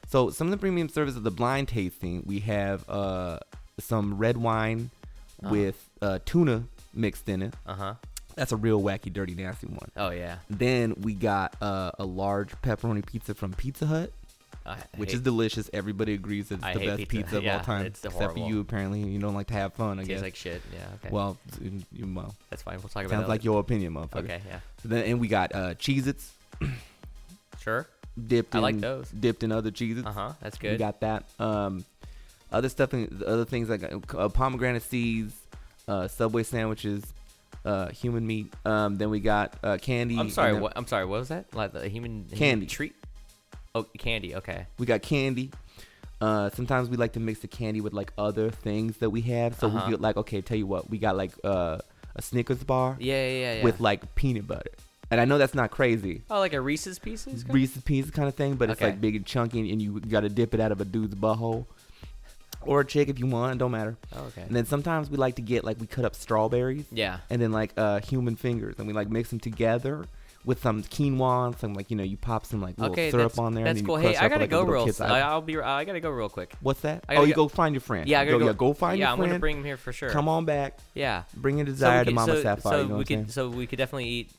[SPEAKER 4] So some of the premium service of the blind tasting, we have uh some red wine
[SPEAKER 3] Uh-huh.
[SPEAKER 4] with uh tuna mixed in it.
[SPEAKER 3] Uh huh.
[SPEAKER 4] That's a real wacky, dirty, nasty one.
[SPEAKER 3] Oh yeah.
[SPEAKER 4] Then we got uh, a large pepperoni pizza from Pizza Hut,
[SPEAKER 3] I
[SPEAKER 4] which
[SPEAKER 3] hate-
[SPEAKER 4] is delicious. Everybody agrees that it's
[SPEAKER 3] I
[SPEAKER 4] the
[SPEAKER 3] hate
[SPEAKER 4] best
[SPEAKER 3] pizza.
[SPEAKER 4] pizza, of
[SPEAKER 3] Yeah,
[SPEAKER 4] all time,
[SPEAKER 3] it's
[SPEAKER 4] except
[SPEAKER 3] horrible.
[SPEAKER 4] for you. Apparently, you don't like to have fun. I
[SPEAKER 3] tastes
[SPEAKER 4] guess.
[SPEAKER 3] like shit. Yeah. Okay.
[SPEAKER 4] Well, you- you- well,
[SPEAKER 3] that's fine. We'll talk about
[SPEAKER 4] sounds
[SPEAKER 3] that.
[SPEAKER 4] like your opinion, motherfucker.
[SPEAKER 3] later. Okay. Yeah.
[SPEAKER 4] Then, and we got uh, Cheez-Its
[SPEAKER 3] Sure.
[SPEAKER 4] dipped.
[SPEAKER 3] I
[SPEAKER 4] in,
[SPEAKER 3] like those.
[SPEAKER 4] Dipped in other Cheez-Its.
[SPEAKER 3] Uh huh. That's
[SPEAKER 4] We
[SPEAKER 3] good.
[SPEAKER 4] got that. Um, other stuff, in, the other things like uh, pomegranate seeds, uh, Subway sandwiches, uh, human meat. Um, then we got uh, candy.
[SPEAKER 3] I'm
[SPEAKER 4] and
[SPEAKER 3] sorry.
[SPEAKER 4] then
[SPEAKER 3] What? I'm sorry. What was that? Like the human human
[SPEAKER 4] Candy.
[SPEAKER 3] treat? Oh, candy. Okay.
[SPEAKER 4] We got candy. Uh, sometimes we like to mix the candy with like other things that we have. So
[SPEAKER 3] Uh-huh.
[SPEAKER 4] we feel like, okay, tell you what, we got like uh, a Snickers bar
[SPEAKER 3] Yeah. Yeah. Yeah. yeah.
[SPEAKER 4] with like peanut butter. And I know that's not crazy.
[SPEAKER 3] oh, like a Reese's Pieces. kind
[SPEAKER 4] Reese's Pieces kind of thing, but it's
[SPEAKER 3] Okay.
[SPEAKER 4] like big and chunky and you got to dip it out of a dude's butthole. Or a chick if you want, don't matter.
[SPEAKER 3] of? Oh, okay.
[SPEAKER 4] And then sometimes we like to get like we cut up strawberries
[SPEAKER 3] Yeah.
[SPEAKER 4] and then like uh, human fingers and we like mix them together with some quinoa and some like, you know, you pop some like little
[SPEAKER 3] Okay.
[SPEAKER 4] syrup
[SPEAKER 3] that's,
[SPEAKER 4] on there.
[SPEAKER 3] That's
[SPEAKER 4] and then you
[SPEAKER 3] cool. Hey,
[SPEAKER 4] crush
[SPEAKER 3] I
[SPEAKER 4] up
[SPEAKER 3] gotta
[SPEAKER 4] like a
[SPEAKER 3] go
[SPEAKER 4] little
[SPEAKER 3] real.
[SPEAKER 4] kid's
[SPEAKER 3] s- I, I'll be. I gotta go real quick.
[SPEAKER 4] What's that?
[SPEAKER 3] I
[SPEAKER 4] oh,
[SPEAKER 3] gotta
[SPEAKER 4] you
[SPEAKER 3] go-
[SPEAKER 4] go. find your friend.
[SPEAKER 3] Yeah. I gotta
[SPEAKER 4] go,
[SPEAKER 3] go.
[SPEAKER 4] Yeah, go find
[SPEAKER 3] Yeah.
[SPEAKER 4] your
[SPEAKER 3] I'm
[SPEAKER 4] friend.
[SPEAKER 3] gonna bring him here for sure.
[SPEAKER 4] Come on back.
[SPEAKER 3] Yeah.
[SPEAKER 4] Bring
[SPEAKER 3] So
[SPEAKER 4] a
[SPEAKER 3] we
[SPEAKER 4] desire
[SPEAKER 3] could-
[SPEAKER 4] to Mama
[SPEAKER 3] so,
[SPEAKER 4] Sapphire.
[SPEAKER 3] So
[SPEAKER 4] you know
[SPEAKER 3] we
[SPEAKER 4] what I'm
[SPEAKER 3] could.
[SPEAKER 4] saying?
[SPEAKER 3] So we could definitely eat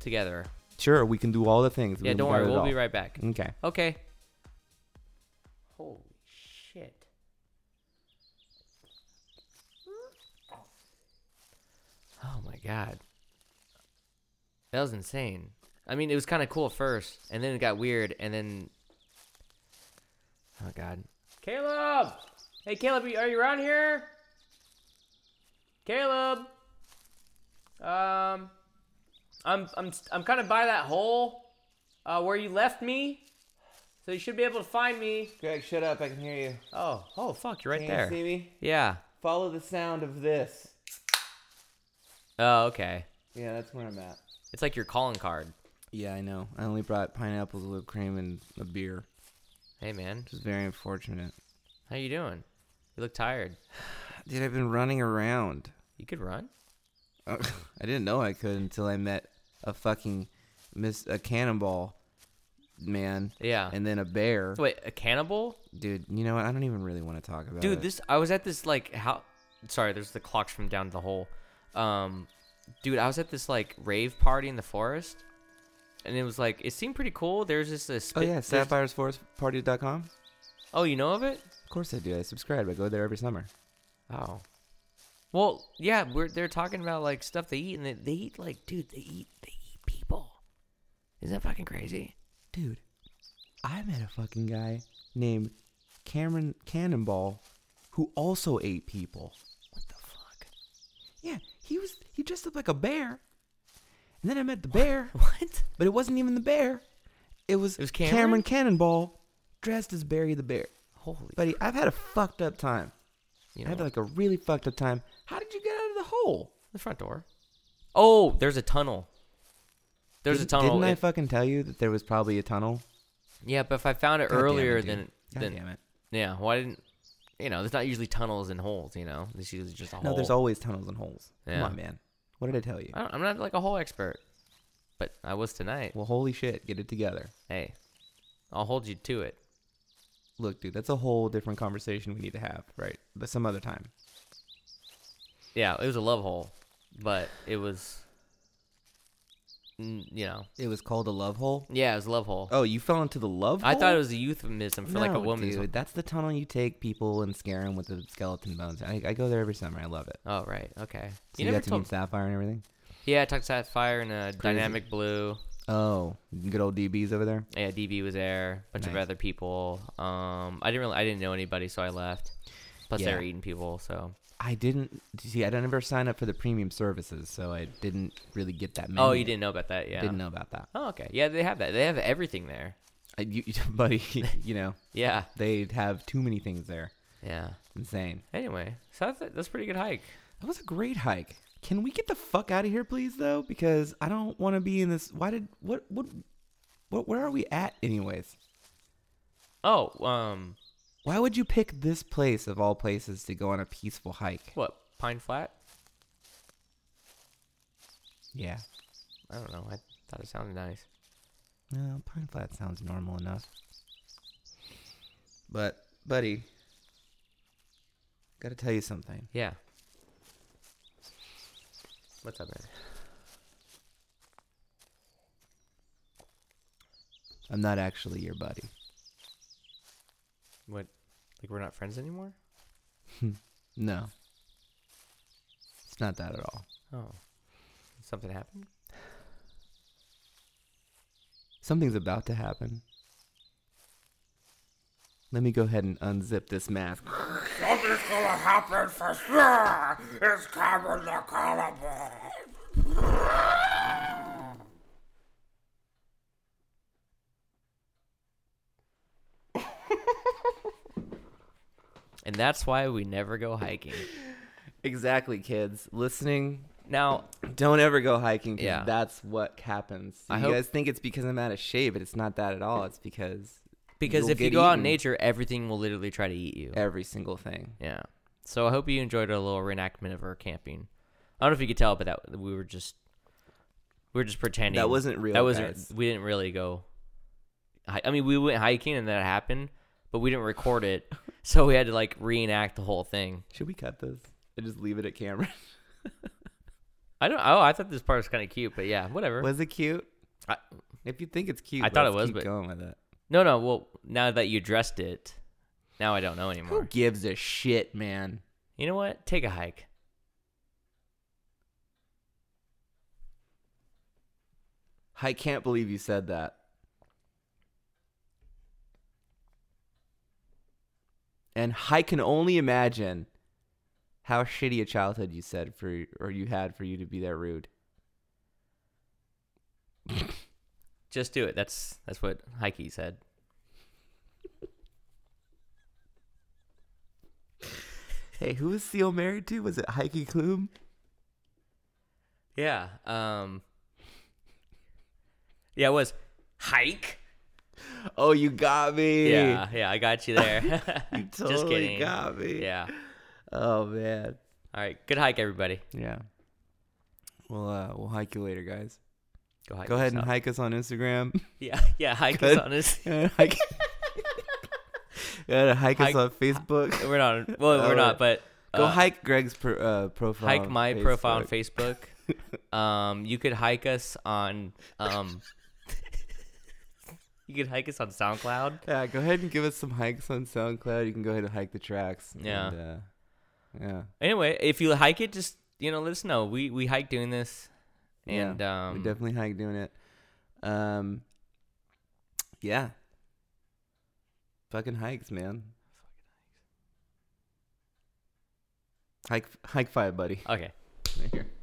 [SPEAKER 3] together.
[SPEAKER 4] Sure, we can do all the things.
[SPEAKER 3] Yeah.
[SPEAKER 4] We
[SPEAKER 3] Don't
[SPEAKER 4] got
[SPEAKER 3] worry.
[SPEAKER 4] it
[SPEAKER 3] We'll be
[SPEAKER 4] all.
[SPEAKER 3] right back.
[SPEAKER 4] Okay.
[SPEAKER 3] Okay.
[SPEAKER 6] Holy shit.
[SPEAKER 3] Oh my god. That was insane. I mean, it was kind of cool at first, and then it got weird, and then. Oh god.
[SPEAKER 6] Caleb! Hey, Caleb, are you around here? Caleb! Um, I'm, I'm, I'm kind of by that hole uh, where you left me. So you should be able to find me.
[SPEAKER 4] Greg, shut up. I can hear you.
[SPEAKER 3] Oh, oh fuck, you're right there.
[SPEAKER 4] me?
[SPEAKER 3] Yeah.
[SPEAKER 4] Follow the sound of this.
[SPEAKER 3] Oh, okay.
[SPEAKER 4] Yeah, that's where I'm at.
[SPEAKER 3] It's like your calling card.
[SPEAKER 4] Yeah, I know. I only brought pineapples, whipped cream, and a beer,
[SPEAKER 3] Hey man,
[SPEAKER 4] which is very unfortunate.
[SPEAKER 3] how you doing? You look tired.
[SPEAKER 4] Dude, I've been running around.
[SPEAKER 3] You could run.
[SPEAKER 4] I didn't know I could until I met a fucking miss a cannonball man
[SPEAKER 3] Yeah.
[SPEAKER 4] and then a bear.
[SPEAKER 3] Wait, a cannibal?
[SPEAKER 4] Dude, you know what? I don't even really want to talk about it.
[SPEAKER 3] Dude, this I was at this like how sorry, there's the clocks from down the hole. Um dude, I was at this like rave party in the forest. And it was like it seemed pretty cool. There's this uh,
[SPEAKER 4] Oh
[SPEAKER 3] spit-
[SPEAKER 4] yeah,
[SPEAKER 3] there's-
[SPEAKER 4] sapphiresforestparty.com.
[SPEAKER 3] Oh, you know of it?
[SPEAKER 4] Of course I do. I subscribe. I go there every summer.
[SPEAKER 3] Oh. Well, yeah, we're they're talking about like stuff they eat and they, they eat like dude, they eat they eat people. Isn't that fucking crazy?
[SPEAKER 4] Dude, I met a fucking guy named Cameron Cannonball who also ate people.
[SPEAKER 3] What the fuck?
[SPEAKER 4] Yeah, he was he dressed up like a bear. And then I met the bear,
[SPEAKER 3] What?
[SPEAKER 4] but it wasn't even the bear. It was,
[SPEAKER 3] It was Cameron?
[SPEAKER 4] Cannonball dressed as Barry the Bear.
[SPEAKER 3] Holy
[SPEAKER 4] Buddy, I've had a fucked up time.
[SPEAKER 3] you
[SPEAKER 4] I had
[SPEAKER 3] know,
[SPEAKER 4] like a really fucked up time. How did you get out of the hole?
[SPEAKER 3] the front door. Oh, there's a tunnel. There's a
[SPEAKER 4] Didn't-
[SPEAKER 3] tunnel.
[SPEAKER 4] Didn't I
[SPEAKER 3] It-
[SPEAKER 4] fucking tell you that there was probably a tunnel?
[SPEAKER 3] yeah, but if I found it
[SPEAKER 4] God damn it,
[SPEAKER 3] earlier
[SPEAKER 4] dude.
[SPEAKER 3] then
[SPEAKER 4] God
[SPEAKER 3] then
[SPEAKER 4] damn it.
[SPEAKER 3] Yeah, why didn't you know? There's not usually tunnels and holes. You know, this is just a hole.
[SPEAKER 4] No, there's always tunnels and holes.
[SPEAKER 3] Yeah.
[SPEAKER 4] Come on, man. What did I tell you?
[SPEAKER 3] I don't, I'm not like a hole expert, but I was tonight.
[SPEAKER 4] Well, holy shit, get it together.
[SPEAKER 3] Hey, I'll hold you to it.
[SPEAKER 4] Look, dude, that's a whole different conversation we need to have, right? But some other time.
[SPEAKER 3] Yeah, it was a love hole, but it was, mm, you know,
[SPEAKER 4] It was called a love hole.
[SPEAKER 3] yeah, it was a love hole.
[SPEAKER 4] Oh, you fell into the love hole?
[SPEAKER 3] I thought it was a euphemism for like a
[SPEAKER 4] No,
[SPEAKER 3] woman's.
[SPEAKER 4] Dude, that's the tunnel you take people and scare them with the skeleton bones. I, I go there every summer. I love it.
[SPEAKER 3] Oh right, okay.
[SPEAKER 4] So you,
[SPEAKER 3] never
[SPEAKER 4] got to
[SPEAKER 3] told.
[SPEAKER 4] meet Sapphire and everything.
[SPEAKER 3] Yeah, I talked to Fire and uh, Dynamic Blue.
[SPEAKER 4] Oh, good old DBs over there.
[SPEAKER 3] Yeah, DB was there. A bunch of
[SPEAKER 4] Nice.
[SPEAKER 3] other people. Um, I didn't really, I didn't know anybody, so I left. Plus, they
[SPEAKER 4] Yeah.
[SPEAKER 3] were eating people, so
[SPEAKER 4] I didn't see. I didn't ever sign up for the premium services, so I didn't really get that. Menu.
[SPEAKER 3] Oh, you didn't know about that, yeah.
[SPEAKER 4] Didn't know about that,
[SPEAKER 3] Oh, okay. Yeah, they have that. They have everything there.
[SPEAKER 4] I, you, buddy. You know,
[SPEAKER 3] Yeah,
[SPEAKER 4] they have too many things there.
[SPEAKER 3] yeah.
[SPEAKER 4] Insane.
[SPEAKER 3] Anyway, so that's a, that's a pretty good hike.
[SPEAKER 4] That was a great hike. Can we get the fuck out of here, please, though? Because I don't want to be in this. Why did what what what? Where are we at, anyways?
[SPEAKER 3] Oh, um,
[SPEAKER 4] Why would you pick this place of all places to go on a peaceful hike?
[SPEAKER 3] what Pine Flat?
[SPEAKER 4] Yeah.
[SPEAKER 3] I don't know. I thought it sounded nice.
[SPEAKER 4] No, Pine Flat sounds normal enough. But, buddy, gotta tell you something.
[SPEAKER 3] Yeah. What's up, man?
[SPEAKER 4] I'm not actually your buddy.
[SPEAKER 3] What? Like we're not friends anymore?
[SPEAKER 4] No. It's not that at all.
[SPEAKER 3] Oh, something happened.
[SPEAKER 4] Something's about to happen. Let me go ahead and unzip this mask.
[SPEAKER 3] And that's why we never go hiking.
[SPEAKER 4] Exactly, kids. Listening,
[SPEAKER 3] Now,
[SPEAKER 4] don't ever go hiking 'cause
[SPEAKER 3] Yeah.
[SPEAKER 4] that's what happens.
[SPEAKER 3] I
[SPEAKER 4] you
[SPEAKER 3] hope-
[SPEAKER 4] guys think it's because I'm out of shape, but it's not that at all. It's because
[SPEAKER 3] because
[SPEAKER 4] You'll
[SPEAKER 3] if you
[SPEAKER 4] get
[SPEAKER 3] go out in
[SPEAKER 4] eaten.
[SPEAKER 3] nature, everything will literally try to eat you.
[SPEAKER 4] every single thing.
[SPEAKER 3] Yeah. So I hope you enjoyed our little reenactment of our camping. I don't know if you could tell, but that we were just we were just pretending
[SPEAKER 4] That wasn't real,
[SPEAKER 3] That wasn't.
[SPEAKER 4] guys.
[SPEAKER 3] We didn't really go. hi- I mean, we went hiking and that happened, but we didn't record it, so we had to like reenact the whole thing.
[SPEAKER 4] Should we cut this and just leave it at camera?
[SPEAKER 3] I don't. Oh, I thought this part was kind of cute, but yeah, whatever.
[SPEAKER 4] Was it cute?
[SPEAKER 3] I-
[SPEAKER 4] if you think it's cute,
[SPEAKER 3] I thought it
[SPEAKER 4] let's
[SPEAKER 3] was,
[SPEAKER 4] keep
[SPEAKER 3] but-
[SPEAKER 4] going with it.
[SPEAKER 3] no, no. Well, now that you addressed it, now I don't know
[SPEAKER 4] Who
[SPEAKER 3] anymore.
[SPEAKER 4] gives a shit, man?
[SPEAKER 3] You know what? Take a hike.
[SPEAKER 4] I can't believe you said that. And I can only imagine how shitty a childhood you said for or you had for you to be that rude.
[SPEAKER 3] Just do it. That's that's what Heike said.
[SPEAKER 4] Hey, who was Seal married to? Was it Heike Klum?
[SPEAKER 3] Yeah. Um. Yeah, it was hike.
[SPEAKER 4] Oh, you got me.
[SPEAKER 3] Yeah, yeah, I got you there.
[SPEAKER 4] You totally
[SPEAKER 3] Just kidding.
[SPEAKER 4] got me.
[SPEAKER 3] Yeah.
[SPEAKER 4] Oh man.
[SPEAKER 3] All right. Good hike, everybody.
[SPEAKER 4] Yeah. Well, uh, we'll hike you later, guys.
[SPEAKER 3] Go hike.
[SPEAKER 4] Go ahead and
[SPEAKER 3] yourself.
[SPEAKER 4] hike us on Instagram.
[SPEAKER 3] Yeah, yeah. Hike
[SPEAKER 4] Good.
[SPEAKER 3] us on us.
[SPEAKER 4] and hike, and hike us
[SPEAKER 3] Hike-
[SPEAKER 4] on Facebook.
[SPEAKER 3] We're not. Well,
[SPEAKER 4] Oh,
[SPEAKER 3] we're not. But
[SPEAKER 4] Go
[SPEAKER 3] uh,
[SPEAKER 4] hike Greg's pro, uh, profile.
[SPEAKER 3] Hike
[SPEAKER 4] on
[SPEAKER 3] my profile on
[SPEAKER 4] Facebook.
[SPEAKER 3] Facebook. um, you could hike us on. Um, you could hike us on SoundCloud.
[SPEAKER 4] Yeah, go ahead and give us some hikes on SoundCloud. You can go ahead and hike the tracks.
[SPEAKER 3] Yeah.
[SPEAKER 4] and, uh, yeah.
[SPEAKER 3] Anyway, if you hike it, just you know, let us know. We we hike doing this,
[SPEAKER 4] Yeah,
[SPEAKER 3] and
[SPEAKER 4] we
[SPEAKER 3] um,
[SPEAKER 4] definitely hike doing it. Um, yeah. Fucking hikes, man. Hike, hike five, buddy.
[SPEAKER 3] okay.
[SPEAKER 4] Right here.